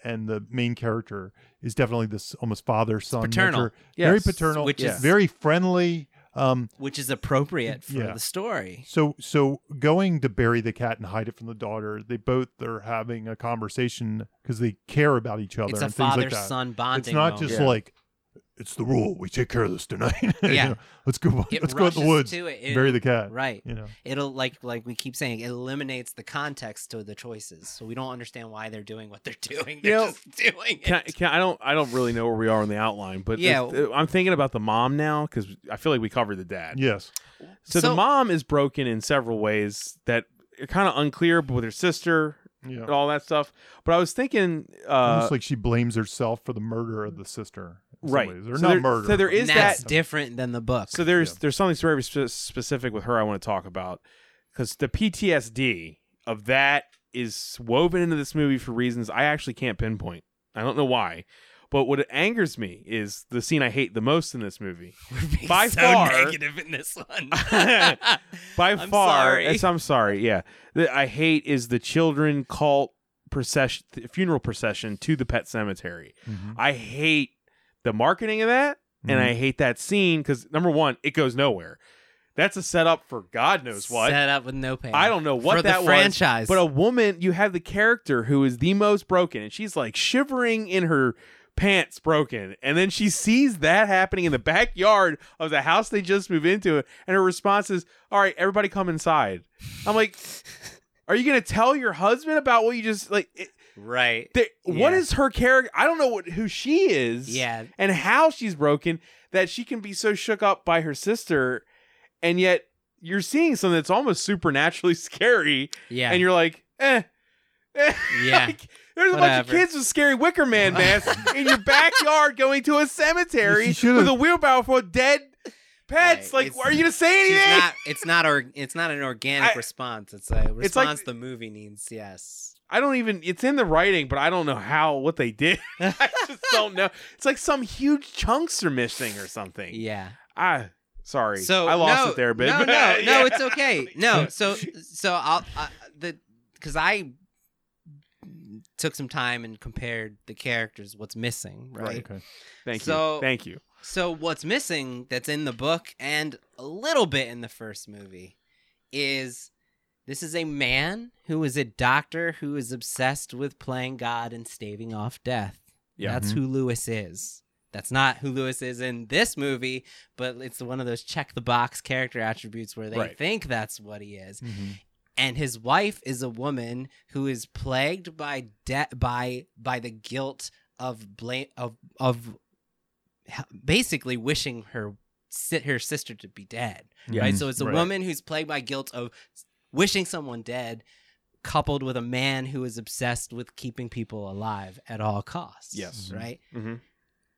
and the main character is definitely this almost father son paternal. very Yes, paternal, which is- very friendly. Um, which is appropriate for Yeah. the story. so so going to bury the cat and hide it from the daughter, they both are having a conversation because they care about each other. It's a and things like father that. son bonding. It's not moment. just Yeah. like it's the rule. We take care of this tonight. You Yeah. know, let's go. It let's go out in rushes the woods. to it. It- bury the cat. right. You know. It'll like like we keep saying, it eliminates the context to the choices, so we don't understand why they're doing what they're doing. They're know, just doing it. Can, I- can, I don't I don't really know where we are on the outline, but Yeah. it's- I'm thinking about the mom now because I feel like we covered the dad. Yes. So, So- the mom is broken in several ways that are kind of unclear but with her sister Yeah. and all that stuff. But I was thinking, uh, Almost like she blames herself for the murder of the sister. in some right? ways. Or so not there- murder. So there And is that that's different than the book. So there's Yeah. there's something very spe- specific with her I want to talk about because the PTSD of that is woven into this movie for reasons I actually can't pinpoint. I don't know why, but what angers me is the scene I hate the most in this movie. We're being by so far- negative in this one. By I'm far, sorry. it's- I'm sorry. Yeah, that I hate is the children cult procession, funeral procession to the pet cemetery. Mhm. I hate the marketing of that, and Mm-hmm. I hate that scene because number one, it goes nowhere. That's a setup for God knows what. Set up with no pain. I don't know what For that the was, franchise. But a woman, you have the character who is the most broken, and she's like shivering in her pants, broken. And then she sees that happening in the backyard of the house they just moved into, and her response is, "All right, everybody, come inside." I'm like, "Are you gonna tell your husband about what you just like?" It, right. there- What Yeah. is her character? I don't know what who she is Yeah. and how she's broken that she can be so shook up by her sister, and yet you're seeing something that's almost supernaturally scary Yeah. and you're like, eh. eh. Yeah. Like, there's a bunch Whatever. of kids with scary Wicker Man masks in your backyard going to a cemetery She should've- with a wheelbarrow full of dead pets. Right, Like, it's- are you going to say She's anything? not, it's not or, it's not an organic I- response. It's a response It's like- the movie needs. Yes. I don't even, it's in the writing, but I don't know how, what they did. I just don't know. It's like some huge chunks are missing or something. Yeah. I, sorry. So I lost no, it there a bit. No, no, but- no, Yeah. it's okay. No, so so I'll I, the because I took some time and compared the characters. What's missing, right? Right. Okay. Thank you. So- Thank you. So what's missing that's in the book and a little bit in the first movie is this is a man who is a doctor who is obsessed with playing God and staving off death. Yeah. Mm-hmm. That's Mm-hmm. who Lewis is. That's not who Lewis is in this movie, but it's one of those check the box character attributes where they Right. think that's what he is. Mhm. And his wife is a woman who is plagued by debt by by the guilt of blame of of basically wishing her si- her sister to be dead Yeah. Mm-hmm. right? So it's a Right. woman who's plagued by guilt of wishing someone dead, coupled with a man who is obsessed with keeping people alive at all costs. Yes. Right? Mhm.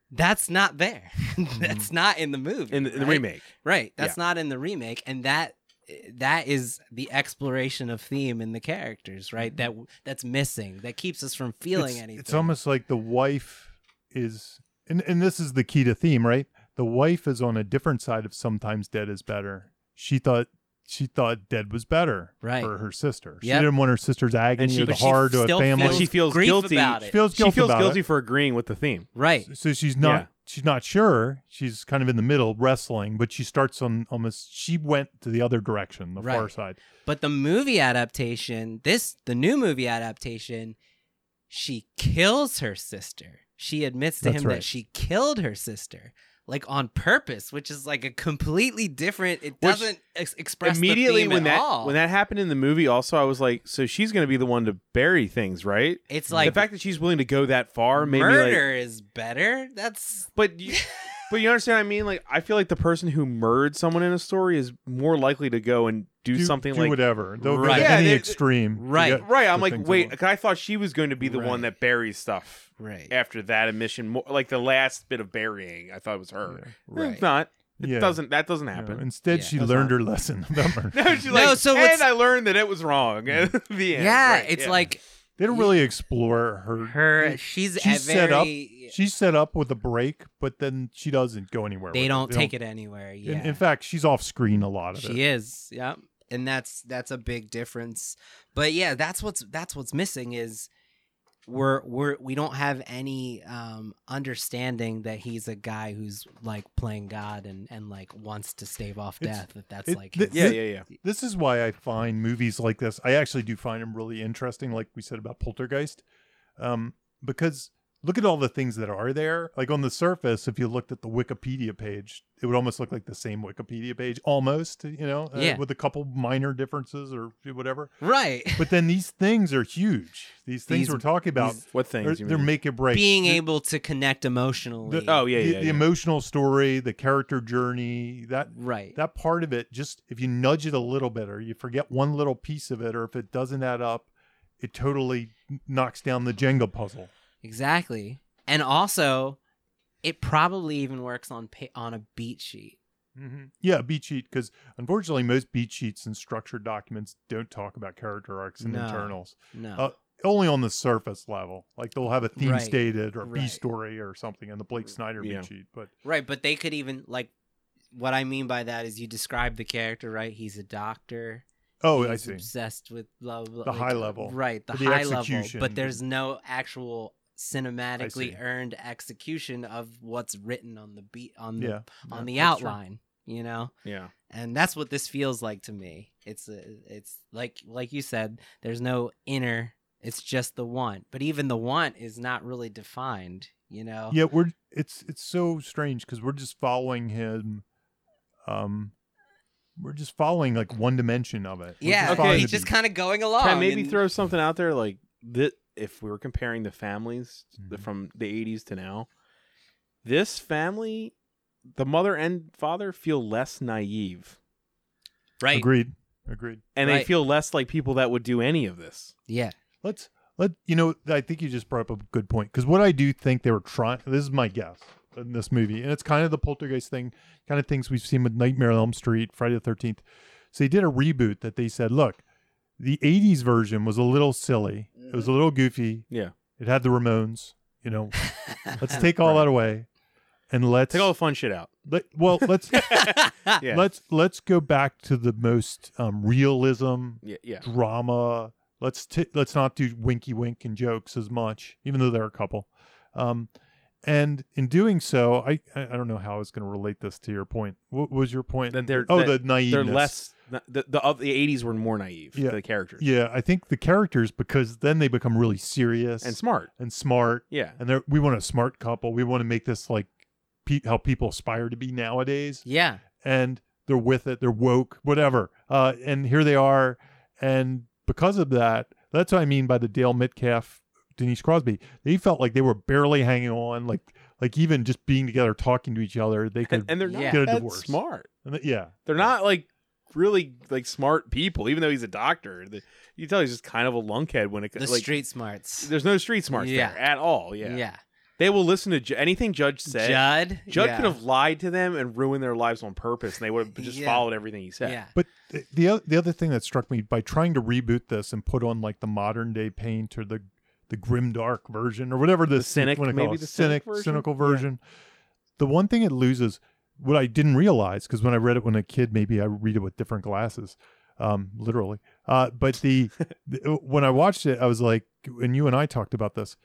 That's not there. That's not in the movie. Mm-hmm. In the, in the right? remake. Right. That's not in the remake. And that that is the exploration of theme in the characters, Mm-hmm. right? That that's missing. That keeps us from feeling it's, anything. It's almost like the wife is, and, and this is the key to theme, right? The wife is on a different side of sometimes dead is better. She thought she thought dead was better Right. for her sister. She Yep. didn't want her sister's agony she- or the But she hard to a still family. And she feels grief guilty. about She it. feels She guilty feels about guilty it. for agreeing with the theme. right. So she's not Yeah. she's not sure. She's kind of in the middle wrestling, but she starts on almost she went to the other direction, the far Right. side. But the movie adaptation, this the new movie adaptation, she kills her sister. She admits to That's him that right. she killed her sister, like on purpose, which is like a completely different. It doesn't ex- express immediately the theme when at that all. when that happened in the movie also i was like so she's gonna be the one to bury things right it's like the fact that she's willing to go that far made me like murder is better. That's but you, but you understand what i mean like i feel like the person who murdered someone in a story is more likely to go and do, something like whatever. They'll Right. go to Yeah, any they- extreme. to Right. get right i'm the like things wait they want. 'cause i thought she was going to be the one Right. that buries stuff right. after that admission more like the last bit of burying i thought it was her Yeah. it's not it Yeah. doesn't that doesn't Yeah. happen Instead, Yeah, she that's learned not- her lesson about murder. no, she's No, like, so what's- and I learned that it was wrong. the end. Yeah, Right, it's yeah. like They don't really explore her. her. She's, she's a set up. very- She's set up with a break, but then she doesn't go anywhere. They with don't it. take it anywhere. Yeah. In, in fact, she's off screen a lot of it. She is. Yeah. And that's that's a big difference. But yeah, that's what's that's what's missing is we're we're we don't have any um understanding that he's a guy who's like playing God and and like wants to stave off It's- death. That that's it- like th- his- yeah, yeah, yeah. This is why I find movies like this. I actually do find them really interesting, like we said about Poltergeist, um, because look at all the things that are there. Like on the surface, if you looked at the Wikipedia page, it would almost look like the same Wikipedia page, almost, you know, uh, Yeah. with a couple minor differences or whatever. Right. But then these things are huge. These things These- we're talking about, these What things? they're, you they're mean? make or break. Being The- able to connect emotionally. oh yeah, the, yeah, the yeah. emotional story, the character journey, that Right. that part of it just if you nudge it a little bit or you forget one little piece of it or if it doesn't add up it totally knocks down the jenga puzzle Exactly. And also, it probably even works on pa- on a beat sheet. Mm-hmm. yeah beat sheet because unfortunately most beat sheets and structured documents don't talk about character arcs and No. internals No. Uh, only on the surface level like they'll have a theme Right. stated or a b Right. story or something in the blake snyder Yeah. beat sheet but Right, but they could even like what I mean by that is you describe the character, right? He's a doctor. oh i he's uh, see Obsessed with blah, blah, The high level. Right, the, But the high execution. level. But there's no actual see. cinematically earned execution of what's written on the beat on the yeah on the that's true. outline, you know? yeah. And that's what this feels like to me. It's a, it's like like you said, there's no inner, it's just the want. But even the want is not really defined, you know? yeah we're it's it's so strange because we're just following him um we're just following like one dimension of it We're Yeah, just Okay. following he's the just beat. kind of going along. Can I maybe and- throw something out there like that? If we were comparing the families the- Mhm. from the '80s to now, this family, the mother and father, feel less naive, right? agreed agreed and they Right. feel less like people that would do any of this. Yeah, let's let you know i think you just brought up a good point because what i do think they were trying this is my guess in this movie and it's kind of the poltergeist thing kind of things we've seen with nightmare on elm street friday the 13th so they did a reboot that they said look the 80s version was a little silly it Mm-hmm. was a little goofy Yeah. it had the ramones you know let's take all that away and let's Take all the fun shit out. let, well let's Uh, Yeah, let's let's go back to the most um, realism yeah, yeah. drama. Let's t- let's not do winky wink and jokes as much, even though there are a couple. Um, and in doing so, I I I don't know how I was going to relate this to your point. What was your point? That they're- oh, that the naive. They're less. The the, of the '80s were more naive. Yeah. The characters Yeah, I think the characters because then they become really serious and smart. and smart, Yeah, and they're we want a smart couple. We want to make this like pe- how people aspire to be nowadays. yeah, and they're with it. They're woke, whatever. Uh, and here they are. And because of that, that's what I mean by the Dale Metcalf, Denise Crosby. They felt like they were barely hanging on, like like even just being together, talking to each other. They could, and, and they're not Yeah. Get a that divorce. smart. and th- yeah, They're not like really like smart people. Even though he's a doctor, The- you can tell he's just kind of a lunkhead when it the like, street smarts. There's no street smarts Yeah. there at all. Yeah. Yeah, They will listen to ju- anything Judge said. Judd. Judd yeah. could have lied to them and ruined their lives on purpose, and they would have just Yeah. followed everything he said. Yeah, But th- the o- the other thing that struck me by trying to reboot this and put on like the modern day paint or the the grim dark version or whatever this cynic- wanna call maybe it, the cynic version? cynical version, the one thing it loses, what I didn't realize because when I read it when a kid, maybe I read it with different glasses, um, literally. Uh, but the, the uh, when I watched it, I was like, and you and I talked about this.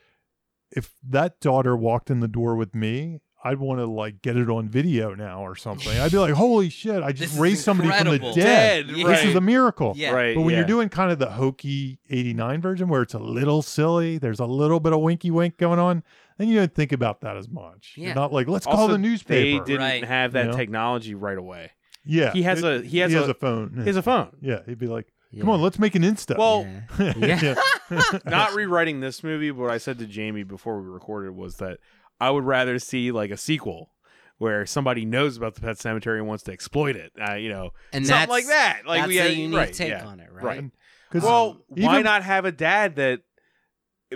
If that daughter walked in the door with me. I'd want to like get it on video now or something. I'd be like, "Holy shit! I This just is raised somebody from incredible. the dead." Dead, Yeah. This is right. a miracle. yeah. Right. But when yeah. you're doing kind of the hokey 89 version where it's a little silly, there's a little bit of winky wink going on, then you don't think about that as much. Yeah. You're not like, let's call Also, the they newspaper. didn't Right. have that You know? technology right away. yeah. He has a- he has a- phone. He has a phone. yeah. He'd be like, come on, let's make an Insta. Well- yeah. Yeah. Not rewriting this movie, but what I said to Jamie before we recorded was that I would rather see like a sequel where somebody knows about the pet cemetery and wants to exploit it. Uh, you know, and something that's like that. Like that's we had, a unique right, take yeah. on it, right? right. 'Cause Well, why even- not have a dad that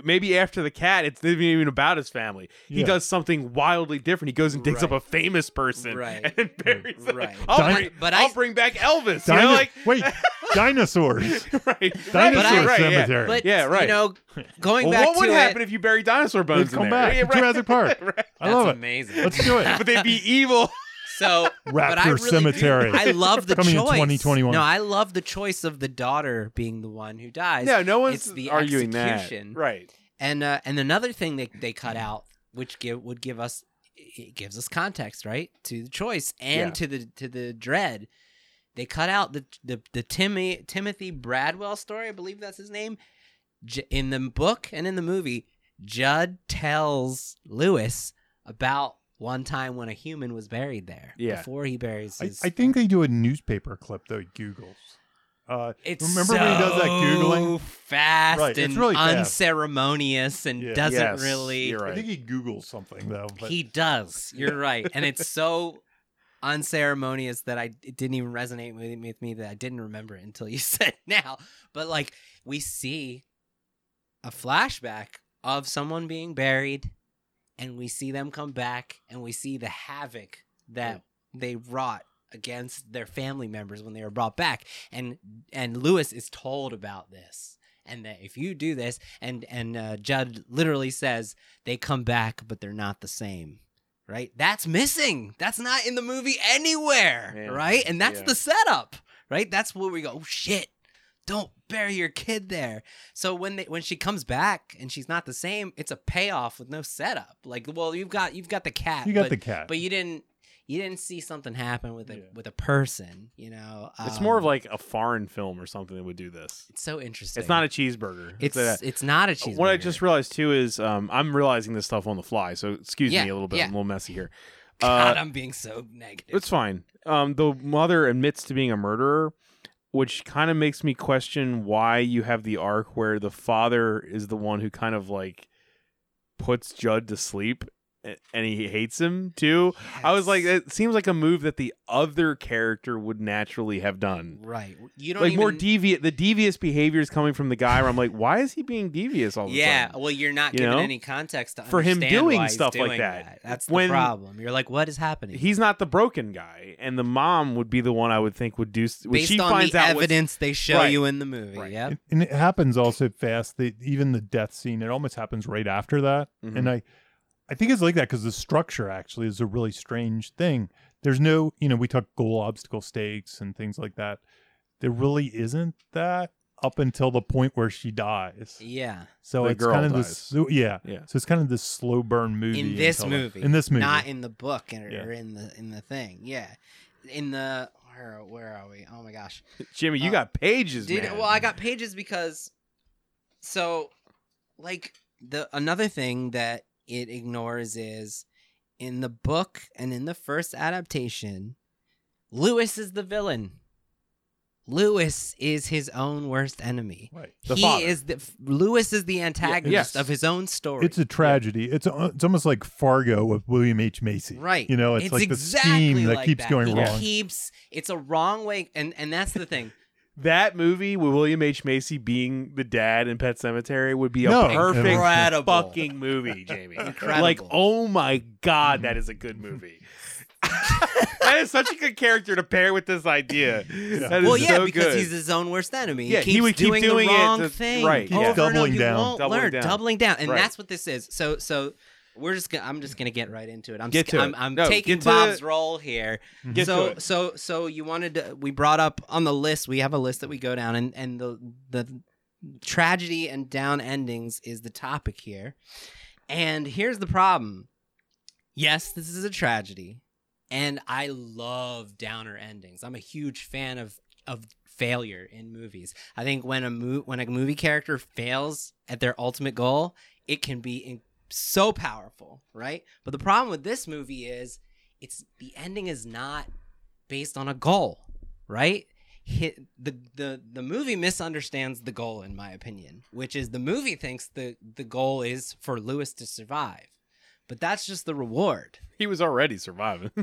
maybe after the cat, it's not even about his family. He Yeah. does something wildly different. He goes and digs up Right. a famous person Right. and buries them. Right. I'll, Dino- bring, But I'll I- bring back Elvis. Dino- you know, like wait, dinosaurs. right, Dinosaur But I- right, yeah. cemetery. But Yeah, right. You know, going Well, back what would to happen it, if you bury dinosaur bones They'd in there? come back. Yeah, right. Jurassic Park. I that's love it. amazing. Let's do it. But they'd be evil. So, but I Raptor really do- Cemetery. I love the Coming in choice. 2021. No, I love the choice of the daughter being the one who dies. No, no It's one's the arguing execution. that. Right. And uh, and another thing that they cut out, which give would give us it gives us context, right, to the choice and Yeah. to the to the dread. They cut out the the the Timmy Timothy Bradwell story, I believe that's his name, J- in the book and in the movie. Judd tells Lewis about one time when a human was buried there Yeah. before he buries I, his. I think they do a newspaper clip though. He Googles. Uh, it's remember when he does that Googling? so fast Right, it's and really fast. unceremonious and Yeah. doesn't Yes, really. You're I right. think he Googles something though. But He does. You're right, and it's so unceremonious that I it didn't even resonate with, with me that I didn't remember it until you said now. But like we see a flashback of someone being buried, and we see them come back, and we see the havoc that they wrought against their family members when they were brought back, and and Lewis is told about this. And that if you do this, and and uh, Judd literally says, they come back, but they're not the same. Right? That's missing. That's not in the movie anywhere. Yeah. Right? And that's Yeah. the setup. Right? That's where we go, oh shit. Don't bury your kid there. So when they, when she comes back and she's not the same, it's a payoff with no setup. Like, well, you've got you've got the cat. you got but, the cat. but you didn't you didn't see something happen with a Yeah. with a person, you know. It's Um, more of like a foreign film or something that would do this. it's so interesting. It's not a cheeseburger. it's a, it's, not a cheeseburger. What I just realized too is um, I'm realizing this stuff on the fly, so excuse Yeah, me a little bit. yeah. I'm a little messy here. Uh, God, I'm being so negative. it's fine. Um, the mother admits to being a murderer, which kind of makes me question why you have the arc where the father is the one who kind of like puts Judd to sleep, a- and he hates him too. I was like, Yes. it seems like a move that the other character would naturally have done. right. You don't Like even, more deviant, the devious behavior is coming from the guy. Where I'm like, why is he being devious all the time? Yeah, well, you're not you given know? any context to For him understand doing why he's stuff like doing that. That's When- the problem. You're like, what is happening? he's not the broken guy, and the mom would be the one I would think would do. When based she on finds the out what's- evidence they show Right. you in the movie. Right. Yep. And- and it happens also fast. That even the death scene, it almost happens right after that. Mhm. Mm-hmm. And I, I think it's like that because the structure actually is a really strange thing. There's no, you know, we talk goal obstacle stakes and things like that. There really isn't that up until the point where she dies. Yeah. So The it's girl kind of dies. this, so- yeah. Yeah. So it's kind of this slow burn movie In this until the- movie. in this movie, Not in the book and- or, Yeah. in the in the thing. Yeah. In the where where are we? Oh my gosh. Jimmy, you Uh, got pages, Dude, man. well, I got pages because so like the another thing that it ignores is in the book and in the first adaptation, Lewis is the villain. Lewis is his own worst enemy. right. The he father. is the Lewis is the antagonist Yes. of his own story. It's a tragedy. It's it's almost like Fargo with William H Macy. Right. You know, it's, like the scheme that like keeps going He wrong. Keeps it's a wrong way, and and that's the thing. that movie with William H Macy being the dad in Pet Cemetery would be a No. perfect Incredible. fucking movie, Jamie. Incredible. Like, oh my god, that is a good movie. that is such a good character to pair with this idea. That is well, yeah, so because good. he's his own worst enemy. Yeah, he he keeps would keep doing, doing the it wrong to- thing. right, yeah. Over and over, Doubling you down. won't Doubling learn. down. Doubling down, and Right. that's what this is. So, so we're just. Gonna, I'm just gonna get right into it. I'm Get sc- to it. I'm, I'm No, taking get to Bob's it. role here. Get so, to it. so, so you wanted to. We brought up on the list. We have a list that we go down, and and the the tragedy and down endings is the topic here. And here's the problem. Yes, this is a tragedy, and I love downer endings. I'm a huge fan of of failure in movies. I think when a mo- when a movie character fails at their ultimate goal, it can be in- so powerful, right? But the problem with this movie is it's the ending is not based on a goal, right? Hit the the the movie misunderstands the goal in my opinion, which is the movie thinks the the goal is for Lewis to survive. But that's just the reward. he was already surviving.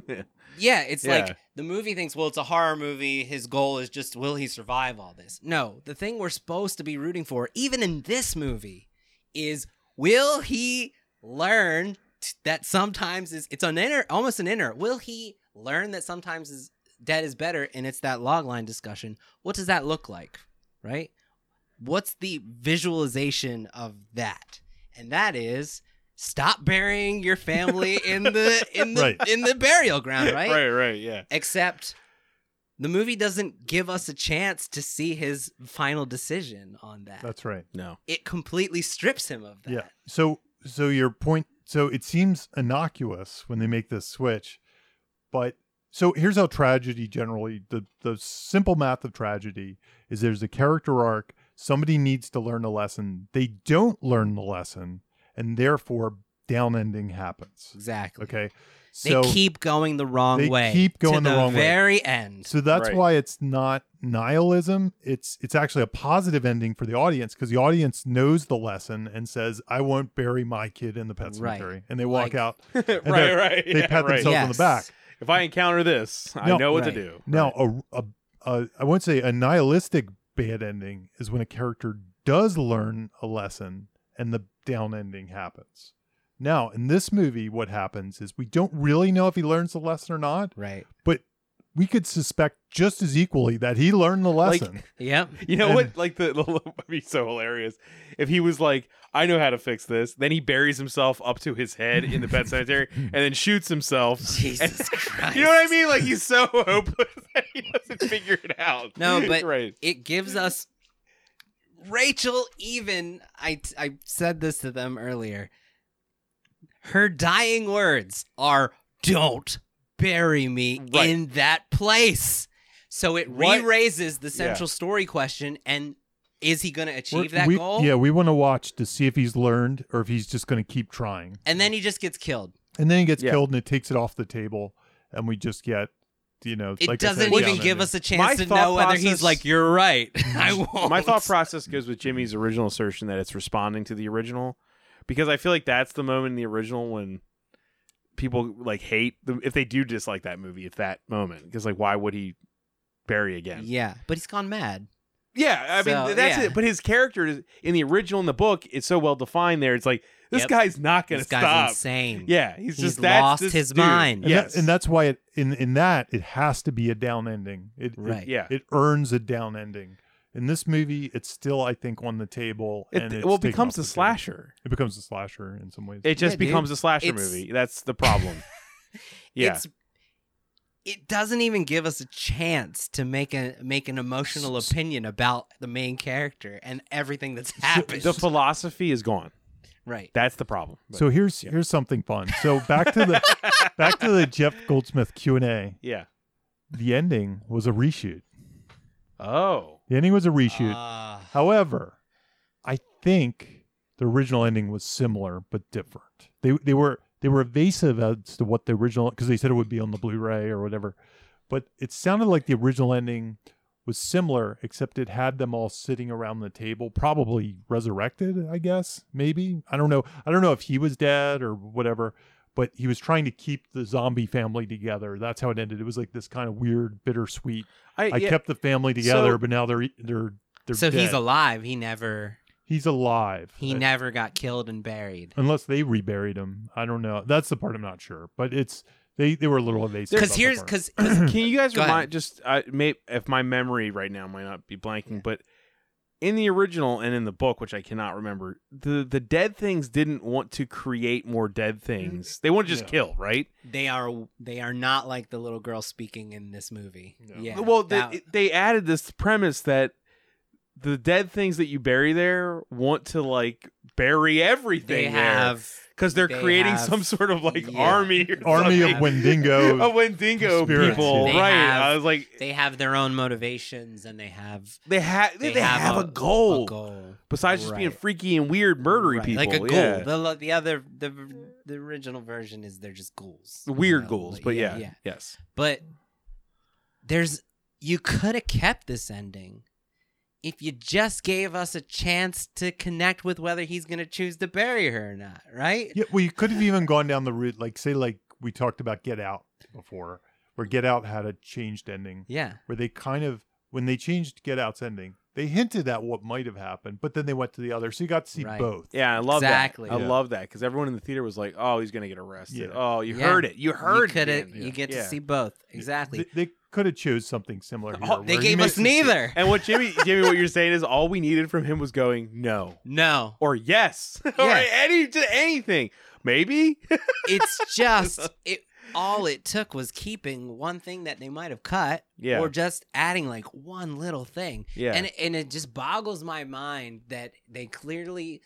Yeah, it's Yeah. like the movie thinks, well, it's a horror movie. His goal is just, will he survive all this? No, the thing we're supposed to be rooting for, even in this movie, is will he learn t- that sometimes is it's an inner, almost an inner. Will he learn that sometimes is dead is better? And it's that log line discussion. What does that look like, right? What's the visualization of that? And that is stop burying your family in the in the Right. in the burial ground, right? right, right, yeah. Except the movie doesn't give us a chance to see his final decision on that. That's right. No. it completely strips him of that. Yeah. So so your point so it seems innocuous when they make this switch, but so here's how tragedy generally the the simple math of tragedy is there's a character arc, somebody needs to learn a lesson, they don't learn the lesson, and therefore downending happens. Exactly. Okay, They so keep going the wrong they way. keep going to the the, wrong way. very end. so that's Right. why it's not nihilism. It's it's actually a positive ending for the audience because the audience knows the lesson and says, "I won't bury my kid in the pet Right. cemetery," and they walk Like- out. right, they're- right. They yeah, pat right. themselves on the Yes. back. If I encounter this, I No, know what right. to do. Now, a, a, a I wouldn't say a nihilistic bad ending is when a character does learn a lesson and the down ending happens. Now, in this movie, what happens is we don't really know if he learns the lesson or not, right. but we could suspect just as equally that he learned the Like- lesson. Yep. You know And- what? Like the, the would be so hilarious if he was like, "I know how to fix this." Then he buries himself up to his head in the pet cemetery and then shoots himself. Jesus Christ. You know what I mean? Like he's so hopeless that he doesn't figure it out. No, but- right. It gives Mm-hmm. us Rachel even I I said this to them earlier. Her dying words are don't bury me Right. in that place. So it What- re-raises the central story question and is he going to achieve We're- that we- goal? Yeah, we want to watch to see if he's learned or if he's just going to keep trying. And then he just gets killed. And then he gets Yeah. killed and it takes it off the table, and we just get, you know, It like I said, doesn't the even down give ending. us a My chance to thought know whether process- he's like, "You're right." I won't. My thought process goes with Jimmy's original assertion that it's responding to the original, because I feel like that's the moment in the original when people like hate the, if they do dislike that movie. It's that moment because like why would he bury again? Yeah, but he's gone mad. Yeah, I mean So, th- that's yeah. it. But his character is, in the original in the book is so well defined. There, it's like this Yep. guy's not going to this guy's stop. insane. Yeah, he's, He's just that's lost this his dude. mind. And, Yes, that- and that's why it in in that it has to be a down ending. It, it- Right. yeah. It earns a down ending. In this movie, it's still I think on the table. It, and it it's well taken becomes off the a table. slasher. It becomes a slasher in some ways. It just Yeah, dude. becomes a slasher It's- movie. That's the problem. yeah, It's it doesn't even give us a chance to make a make an emotional opinion about the main character and everything that's happened. the philosophy is gone. right. That's the problem. But- so here's yeah. here's something fun. So back to the back to the Jeff Goldsmith Q and A. yeah. The ending was a reshoot. Oh. The ending was a reshoot. Ah, However, I think the original ending was similar but different. They they were they were evasive as to what the original because they said it would be on the Blu-ray or whatever, but it sounded like the original ending was similar except it had them all sitting around the table probably resurrected i guess maybe i don't know i don't know if he was dead or whatever but he was trying to keep the zombie family together that's how it ended it was like this kind of weird bittersweet I, i yeah, kept the family together So- but now they're e, they're they're so dead. he's alive. He never He's alive. he Uh, never got killed and buried Unless they reburied him. I don't know. That's the part I'm not sure. But it's they they were a little evasive. because about that here's part. because Can you guys Go remind ahead. just I may if my memory right now might not be blanking, but in the original and in the book, which I cannot remember, the the dead things didn't want to create more dead Mm. things. They want to just Yeah. kill, right? they are they are not like the little girl speaking in this movie. No. Yeah. well, they, that- they added this premise that the dead things that you bury there want to like bury everything they have because they're they creating have- some sort of like yeah. army or army of something. Wendigo. of Wendigo spirits, people, yeah. They right? have- I was like, they have their own motivations and they have They have they, They they have, have a, a- goal a goal. besides just being Right. freaky and weird, murdery Right, people, Like a ghoul. yeah. The, lo- the other the the original version is they're just ghouls. you weird know, ghouls. But yeah, yeah. yes, But there's you could have kept this ending if you just gave us a chance to connect with whether he's going to choose to bury her or not, right? yeah, well, you could have even gone down the route like say like we talked about Get Out before, where Get Out had a changed ending, Yeah. where they kind of when they changed Get Out's ending, they hinted at what might have happened, but then they went to the other, so you got to see Right. both. yeah, I love Exactly. that. I Yeah. love that because everyone in the theater was like, "Oh, he's gonna get arrested. Yeah. Oh, you Yeah. heard it. You heard you could it." have man." you get Yeah. to see both. Exactly. They, they could have chose something similar. Here, Oh, they where you gave made us the- neither. And what Jimmy, Jimmy, what you're saying is all we needed from him was going no No. or yes or Yeah. any just anything. Maybe It's just it all it took was keeping one thing that they might have cut yeah, or just adding like one little thing. yeah. and and it just boggles my mind that they clearly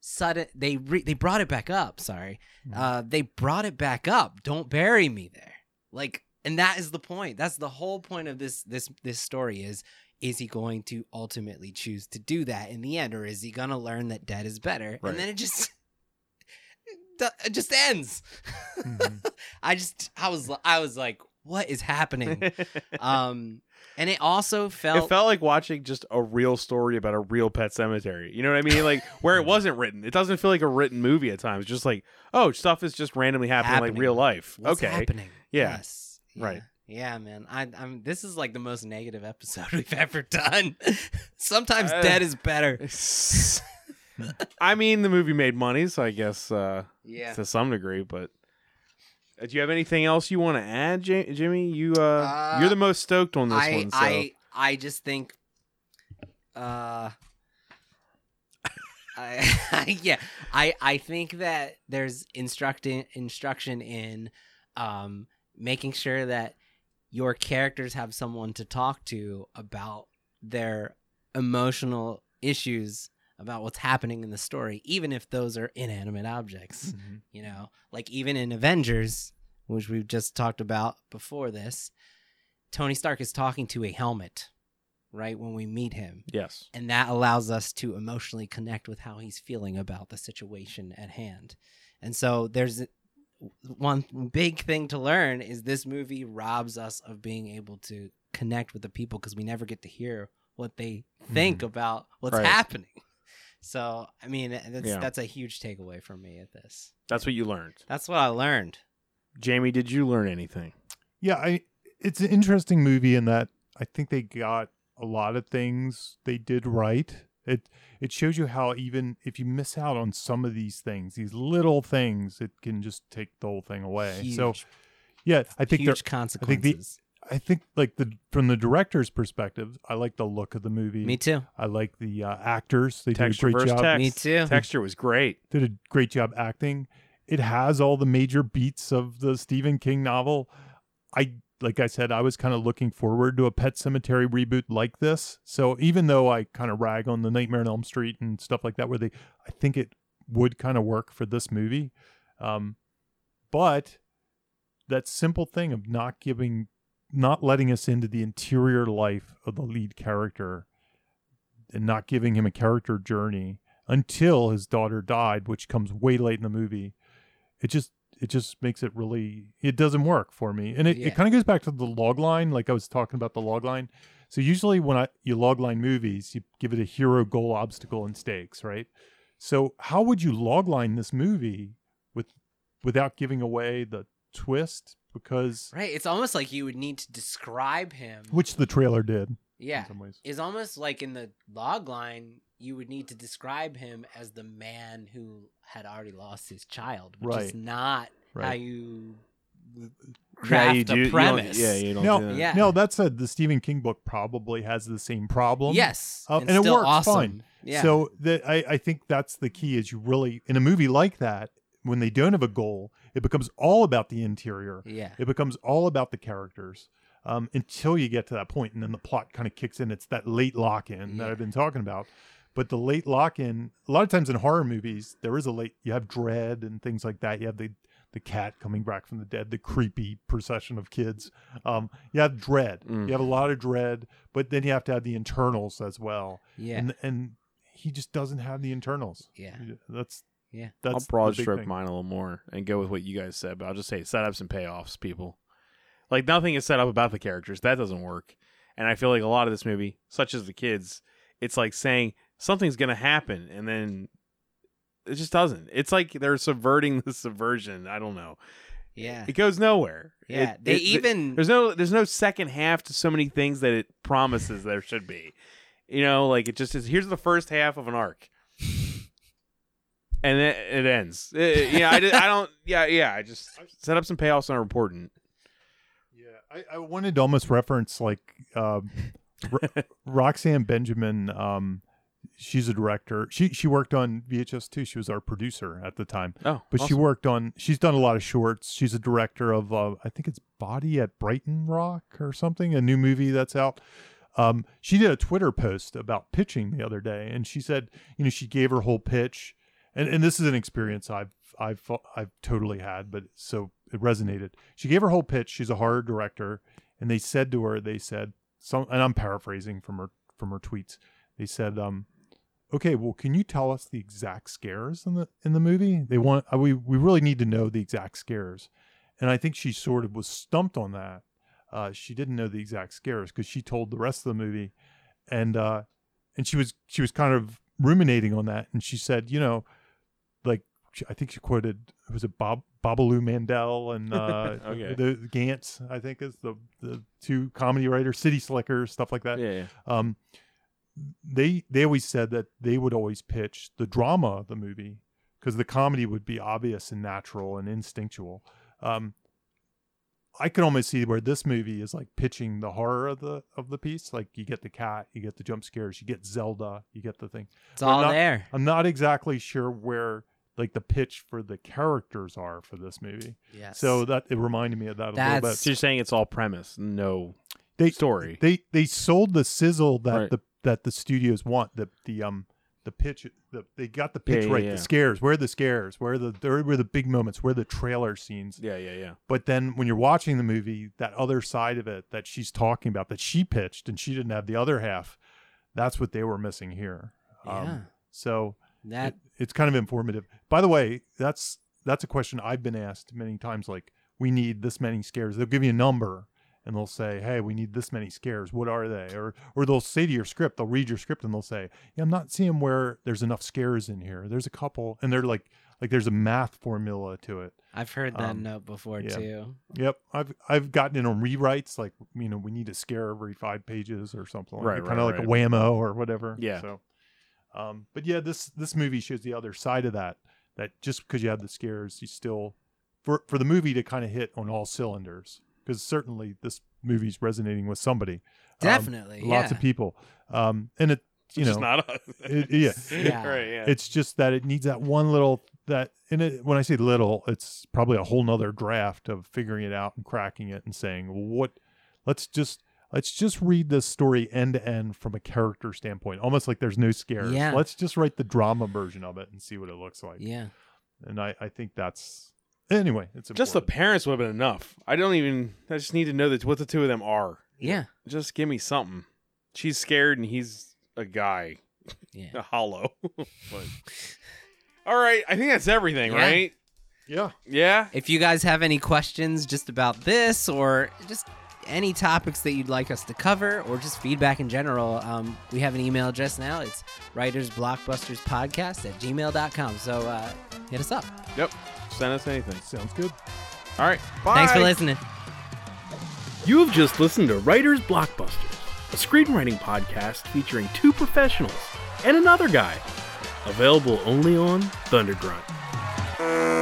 sudden they re, they brought it back up. Sorry, Mm-hmm. Mhm. uh, they brought it back up. Don't bury me there. Like, and that is the point. That's the whole point of this this this story is is he going to ultimately choose to do that in the end, or is he gonna learn that dead is better? Right. And then it just do- it just ends. Mhm. I just I was I was like, what is happening? um, and it also felt, It felt like watching just a real story about a real pet cemetery. You know what I mean? Like where it wasn't written. It doesn't feel like a written movie at times. Just like, oh, stuff is just randomly happening, Happening. like real life. what's okay. happening. Yeah. Yes. Right. Yeah, man. I, I'm. This is like the most negative episode we've ever done. Sometimes Uh, dead is better. I mean, the movie made money, so I guess uh, Yeah. to some degree. But Uh, do you have anything else you want to add, J- Jimmy? You uh, Uh, you're the most stoked on this I one. So. I I just think. Uh. I, yeah, I I think that there's instructing instruction in, um, making sure that your characters have someone to talk to about their emotional issues about what's happening in the story, even if those are inanimate objects Mhm. you know like even in avengers which we've just talked about before this tony stark is talking to a helmet right when we meet him yes. and that allows us to emotionally connect with how he's feeling about the situation at hand and so there's one big thing to learn is this movie robs us of being able to connect with the people because we never get to hear what they think about what's Mm-hmm. Right. happening so i mean that's Yeah. that's a huge takeaway for me at this That's what you learned. that's what I learned. Jamie, did you learn anything? Yeah, I, it's an interesting movie in that I think they got a lot of things they did right. It it shows you how even if you miss out on some of these things, these little things, it can just take the whole thing away. Huge, So yeah, I think they're huge consequences. I think like the from the director's perspective, I like the look of the movie. Me too. I like the uh, actors. They Texture did a great versus job. text. Me too. Texture was great. Did a great job acting. It has all the major beats of the Stephen King novel. I like I said, I was kind of looking forward to a Pet Cemetery reboot like this. So even though I kind of rag on the Nightmare on Elm Street and stuff like that, where they, I think it would kind of work for this movie. Um, but that simple thing of not giving not letting us into the interior life of the lead character and not giving him a character journey until his daughter died which comes way late in the movie it just it just makes it really it doesn't work for me and it, Yeah. it kind of goes back to the log line like i was talking about the log line so usually when I, you log line movies you give it a hero goal obstacle and stakes right so how would you log line this movie with without giving away the twist because Right. It's almost like you would need to describe him. which the trailer did yeah. in some ways. It's almost like in the log line, you would need to describe him as the man who had already lost his child, which is Right. not how Right. you Yeah, craft you do- you a don't- premise. yeah, you don't. No, do that. yeah. No, that said, the Stephen King book probably has the same problem. Yes. Uh, and, and it still works awesome. fine. Yeah. So that I, I think that's the key is you really in a movie like that, when they don't have a goal, it becomes all about the interior. yeah. It becomes all about the characters. Um, until you get to that point and then the plot kind of kicks in. It's that late lock in that Yeah. I've been talking about. But the late lock in, a lot of times in horror movies, there is a late you have dread and things like that. You have the the cat coming back from the dead, the creepy procession of kids. Um, you have dread. Mm. You have a lot of dread, but then you have to have the internals as well. Yeah. And and he just doesn't have the internals. yeah. That's Yeah. That's I'll broad the big stroke thing. mine a little more and go with what you guys said, but I'll just say setups and payoffs, people. Like nothing is set up about the characters. That doesn't work. And I feel like a lot of this movie, such as the kids, it's like saying something's gonna happen and then it just doesn't. It's like they're subverting the subversion. I don't know. Yeah. It goes nowhere. Yeah. It- They it- th- even there's no there's no second half to so many things that it promises there should be. You know, like it just is here's the first half of an arc. And it, it ends. It- yeah, I, di- I don't. Yeah, yeah. I just set up some payoffs are important. Yeah, I, I wanted to almost reference like um, Ro- Roxanne Benjamin. Um, she's a director. She she worked on VHS too. She was our producer at the time, Oh, but she awesome. worked on. She's done a lot of shorts. She's a director of uh, I think it's Body at Brighton Rock or something, a new movie that's out. Um, she did a Twitter post about pitching the other day, and she said, you know, she gave her whole pitch, and and this is an experience I've I've fo- I've totally had, but so it resonated. She gave her whole pitch. She's a horror director, and they said to her, they said some, and I'm paraphrasing from her from her tweets. They said, um, okay, well, can you tell us the exact scares in the in the movie? They want uh, we we really need to know the exact scares, and I think she sort of was stumped on that. Uh, she didn't know the exact scares because she told the rest of the movie, and uh, and she was she was kind of ruminating on that, and she said, you know, like she- I think she quoted was it Bob Babalu Mandel and uh, Okay. the, the Gantz I think is the the two comedy writers, City Slickers, stuff like that Yeah, yeah. um, they they always said that they would always pitch the drama of the movie because the comedy would be obvious and natural and instinctual. Um, I could almost see where this movie is like pitching the horror of the of the piece. Like you get the cat, you get the jump scares, you get Zelda, you get the thing. It's all not- there. I'm not exactly sure where like the pitch for the characters are for this movie. Yes. So that it reminded me of that a little That's- bit. So you're saying it's all premise, no They- story. They they sold the sizzle that Right. the that the studios want. The the um the pitch the, they got the Yeah, pitch yeah, right. yeah. The scares, where are the scares, where are the there were the big moments, where are the trailer scenes. yeah, yeah, yeah. But then when you're watching the movie, that other side of it that she's talking about that she pitched and she didn't have the other half, that's what they were missing here. Um, yeah. so That it- it's kind of informative. By the way, that's that's a question I've been asked many times. Like, we need this many scares. They'll give you a number and they'll say, "Hey, we need this many scares. What are they?" Or or they'll say to your script, they'll read your script and they'll say, yeah, "I'm not seeing where there's enough scares in here. There's a couple." And they're like, like there's a math formula to it. I've heard that um, note before yeah. too. Yep, I've I've gotten in on rewrites. Like, you know, we need a scare every five pages or something. Like Right, kind right, of like a whammo or whatever. Yeah. So, um, but yeah, this this movie shows the other side of that. That just because you have the scares, you still for for the movie to kind of hit on all cylinders because certainly this movie's resonating with somebody. Um, Definitely. lots yeah. of people. Um, and it you It's know just not us. it- yeah. Yeah. Right, yeah. it's just that it needs that one little that and it, when i say little it's probably a whole nother draft of figuring it out and cracking it and saying what let's just let's just read this story end to end from a character standpoint almost like there's no scares Yeah. let's just write the drama version of it and see what it looks like Yeah. and i i think that's anyway it's just the important. parents would have been enough. I don't even. I just need to know that what the two of them are. Yeah. Just give me something. She's scared and he's a guy, Yeah. a hollow. but, all right, I think that's everything, Yeah. right? yeah Yeah. If you guys have any questions just about this or just any topics that you'd like us to cover or just feedback in general, um, we have an email address now. It's writersblockbusterspodcast at gmail.com. So uh, hit us up. Yep. Send us anything. sounds good All right. Bye. Thanks for listening. You've just listened to Writers Blockbusters, a screenwriting podcast featuring two professionals and another guy. Available only on Thundergrunt.